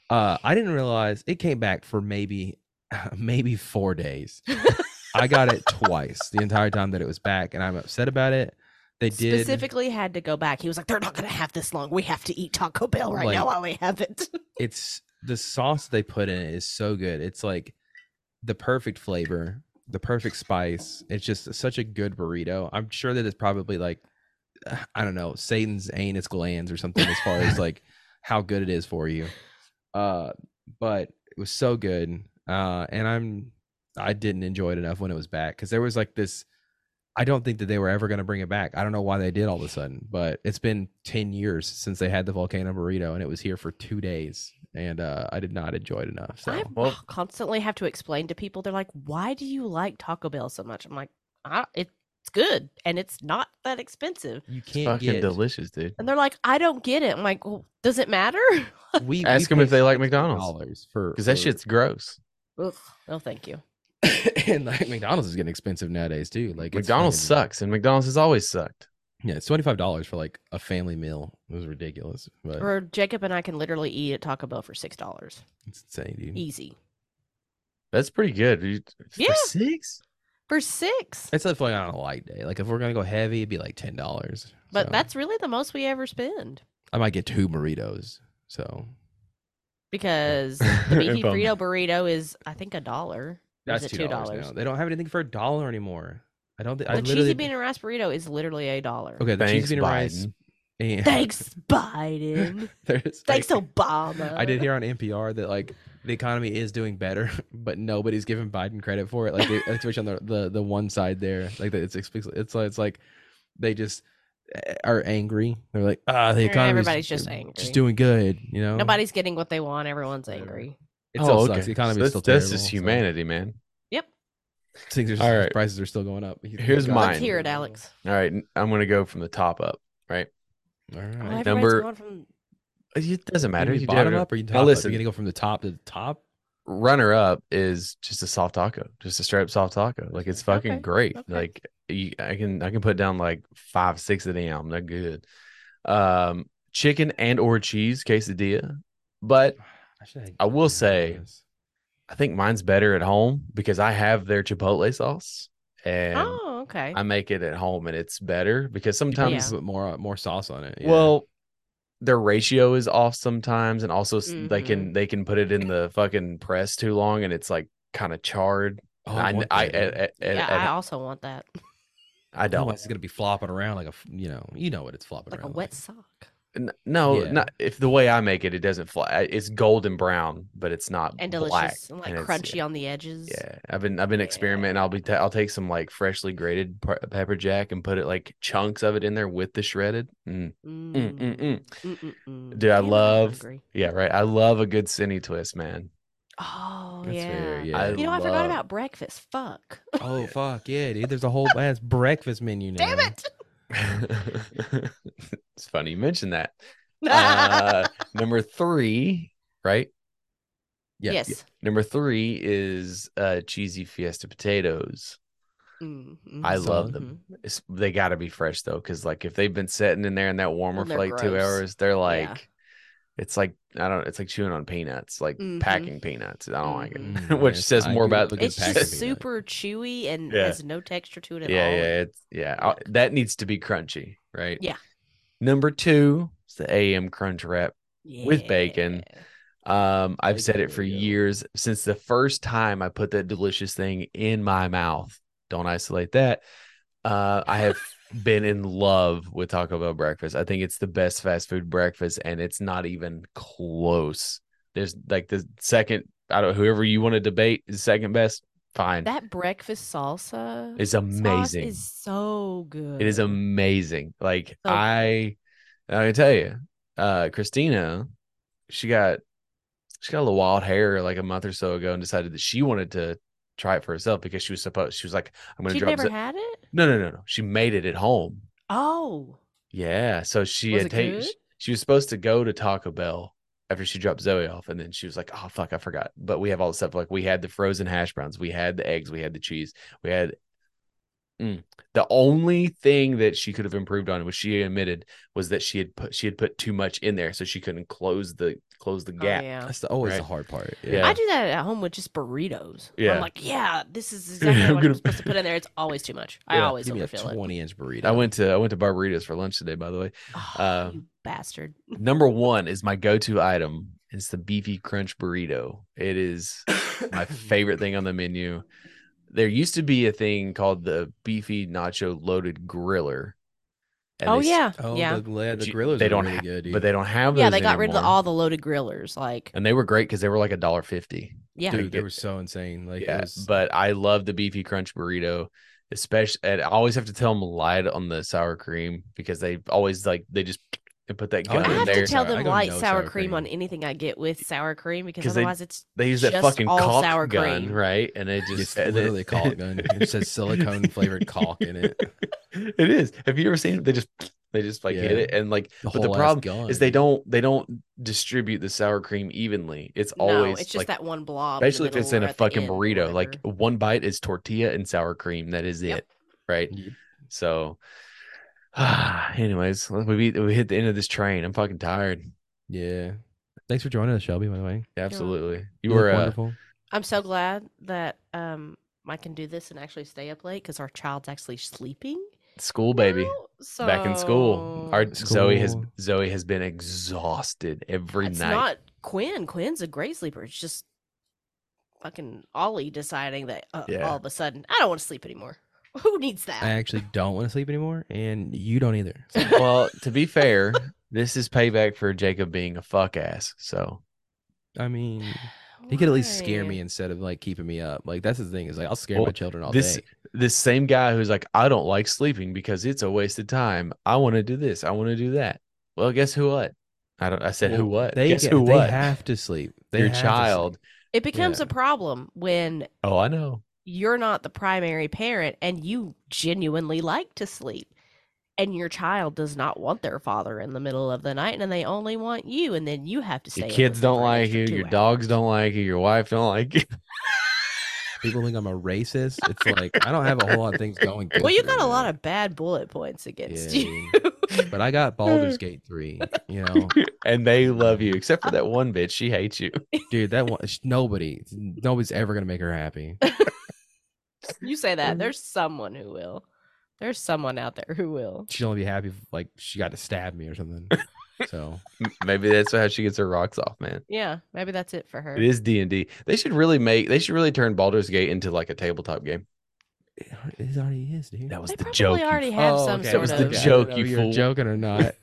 Uh, I didn't realize it came back for maybe maybe four days. I got it twice the entire time that it was back, and I'm upset about it. They did Specifically, had to go back. He was like, "They're not going to have this long. We have to eat Taco Bell right Like- now while we have it." it's the sauce they put in it is so good. It's like the perfect flavor, the perfect spice. It's just such a good burrito. I'm sure that it's probably like I don't know, Satan's anus glands or something as far as like how good it is for you. Uh but it was so good. Uh and I'm I didn't enjoy it enough when it was back cuz there was like this I don't think that they were ever going to bring it back. I don't know why they did all of a sudden, but it's been 10 years since they had the volcano burrito and it was here for 2 days and uh I did not enjoy it enough. So I well- constantly have to explain to people. They're like, "Why do you like Taco Bell so much?" I'm like, I, "It's good, and it's not that expensive." you It's can't fucking get delicious, dude. And they're like, "I don't get it." I'm like, well, "Does it matter?" we Ask 'em if they like McDonald's. dollars for Because that for- shit's gross. Ugh, no, thank you. and like McDonald's is getting expensive nowadays too. Like it's McDonald's fucking- sucks, and McDonald's has always sucked. Yeah, it's twenty five dollars for like a family meal. It was ridiculous, but Or Jacob and I can literally eat at Taco Bell for six dollars, it's insane, dude. easy That's pretty good. dude. Yeah. For six? for six. It's definitely on a light day. Like if we're gonna go heavy, it'd be like ten dollars. But that's really the most we ever spend I might get two burritos. So because the beefy If I'm- burrito burrito is, I think, a dollar. Or is that's it two dollars now. They don't have anything for a dollar anymore. I don't think I The literally cheesy bean and rice burrito is literally a dollar. okay. The Thanks, cheesy bean and rice. Biden. And Thanks, Biden. there's Thanks, like- Obama. I did hear on NPR that like the economy is doing better, but nobody's giving Biden credit for it. Like, they, especially on the, the the one side there, like it's explicit. It's like it's like they just eh, are angry. They're like, ah, the economy. Everybody's just angry. Just doing good, you know. Nobody's getting what they want. Everyone's angry. It Oh, still okay. sucks. The economy So is that's, still terrible. that's just so humanity, man. Things are just, All right. prices are still going up. He's- Here's God. mine. Let's hear it, Alex. All right, n- I'm gonna go from the top up. All Oh, right. everybody's Number- going from- It doesn't You matter. mean You bottom do- up or you top Now up? listen, You gonna go from the top to the top? runner up is just a soft taco, just a straight up soft taco. Like it's fucking Okay, great. okay. Like you, I can I can put down like five six of them. They're good. Um, chicken and or cheese quesadilla, but I, should have- I will yeah, say- yes. I think mine's better at home because I have their chipotle sauce and oh, okay. I make it at home and it's better because Probably sometimes just put more more sauce on it. yeah. Well, their ratio is off sometimes, and also s they Mm-hmm. can they can put it in the fucking press too long, and it's like kind of charred. Oh, I, want I, eh, I, that, I, dude. I- yeah, I I- also want that. I Otherwise, don't. it's gonna be flopping around like a f- you know you know what it's flopping Like a around wet sock. N- No, Yeah. not if the way I make it, it doesn't fly. I- It's golden brown, but it's not And black, delicious. and like and it's- crunchy on the edges. Yeah, I've been I've been experimenting. I'll be ta- I'll take some like freshly grated pe- pepper jack and put it like chunks of it in there with the shredded. Mm. Mm, mm, Mm. mm. Mm, mm, mm. Dude, I Damn, I'm love- hungry. Yeah, right. I love a good cine twist, man. Oh, That's yeah. fair, yeah. I You know, I forgot love- about breakfast. Fuck. Oh fuck yeah, dude! There's a whole ass breakfast menu now. Damn it. it's funny you mentioned that. Uh, number three, right? Yeah, yes. Number three is uh, cheesy fiesta potatoes. Mm, mm, I love Solid. them. mhm. It's, they got to be fresh though, because like if they've been sitting in there in that warmer And for they're like two gross. hours, they're like, Yeah. it's like I don't, it's like chewing on peanuts, like Mhm. packing peanuts. I don't like it, Mm, which yes, says I more do about love a good It's pack just of peanut. super chewy and Yeah. has no texture to it Mm-hmm. at yeah, all. yeah, it's yeah. I- that needs to be crunchy, right? Yeah. Number two is the AM crunch wrap. With bacon. Yeah. Um, I've Bacon, said it for there you go. years since the first time I put that delicious thing in my mouth. Don't isolate that. Uh, I have been in love with Taco Bell breakfast. I think it's the best fast food breakfast, and it's not even close. There's like the second, I don't whoever you want to debate is second best, fine. That breakfast salsa it's sauce amazing. is so good. It is amazing. Like So good. I, I can tell you, uh, Christina, she got, she got a little wild hair like a month or so ago, and decided that she wanted to try it for herself because she was supposed. She was like, "I'm going to She'd drop." never Zo- had it? no, no, no, no. She made it at home. Oh. Yeah, so she Was had it taken. good? She was supposed to go to Taco Bell after she dropped Zoe off, and then she was like, "Oh fuck, I forgot." But we have all the stuff. Like we had the frozen hash browns, we had the eggs, we had the cheese, we had. Mm. The only thing that she could have improved on, which she admitted, was that she had put she had put too much in there, so she couldn't close the close the Oh, gap. yeah. That's the, always the Right. hard part. Yeah. I do that at home with just burritos. Yeah. I'm like, yeah, this is exactly I'm what gonna- I'm supposed to put in there. It's always too much. I Yeah, always Give me a overfill it. twenty-inch burrito. I went to I went to Barbaritas for lunch today, by the way. Oh, Um, you bastard. Number one is my go to item. It's the beefy crunch burrito. It is my favorite thing on the menu. There used to be a thing called the beefy nacho loaded griller. and Oh they s- yeah, Oh, yeah, the, gla- but the you- grillers. they are don't really ha- good, but dude. they don't have yeah. those They got rid of the, anymore. all the loaded grillers. Like, and they were great because they were like a dollar fifty. yeah, dude, they get- were so insane. Like, it yeah, was- but I love the beefy crunch burrito, especially. And I always have to tell them lied on the sour cream because they always like they just they put that Oh, gum yeah. I they're in have there. to very tell sour. I them go light no sour, sour cream, cream. on anything I get with sour cream because 'Cause they- otherwise it's They use that just fucking all caulk sour gun, cream. right? And they It's just and they- literally caulk gun. It says silicone flavored caulk in it. It is. Have you ever seen? They just they just like hit Yeah. it and like. The but the whole ass problem gun. is they don't they don't distribute the sour cream evenly. It's no, always it's just like, that one blob. in the Especially if it's middle in or a at the fucking end or burrito, like whatever. one bite is tortilla and sour cream. That is Yep. it, right? Yep. So, anyways, we beat, we hit the end of this train. I'm fucking tired. Yeah. Thanks for joining us, Shelby. By the way, Absolutely, you look were uh, wonderful. I'm so glad that um I can do this and actually stay up late because our child's actually sleeping. school baby. now, So back in school. Oh. Our Zoe has School. Zoe has been exhausted every it's night. not Quinn. Quinn's a great sleeper. It's just fucking Ollie deciding that uh, Yeah. all of a sudden I don't want to sleep anymore. Who needs that? I actually don't want to sleep anymore, and you don't either. So, well, to be fair, this is payback for Jacob being a fuck ass. So I mean, He could at least scare Why? me instead of like keeping me up. Like that's the thing is like I'll scare Well, my children all this- day. This same guy who's like, I don't like sleeping because it's a waste of time. I want to do this. I want to do that. Well, guess who what? I don't. I said who Well, what? They guess get- who they what? have to sleep. They Your have to sleep. child. It becomes Yeah. a problem when Oh, I know. you're not the primary parent and you genuinely like to sleep and your child does not want their father in the middle of the night and they only want you and then you have to stay Your up kids with them don't for an like extra you. two Your hours. dogs don't like you. Your wife don't like you. People think I'm a racist. It's like I don't have a whole lot of things going. good well you for got me, a lot man. of bad bullet points against Yeah, you But I got Baldur's Gate three. You know, and they love you, except for that one bitch. She hates you. dude, that one sh- nobody, nobody's ever gonna make her happy. you say that there's someone who will there's someone out there who will She'd only be happy if like she got to stab me or something. So M- Maybe that's how she gets her rocks off, man. yeah maybe that's it for her It is D and D. They should really make. They should really turn Baldur's Gate into like a tabletop game. it already is, dude. That was they the probably joke. you already have Oh, some okay. sort That was of the okay. I joke, didn't know you if you were fool. joking or not?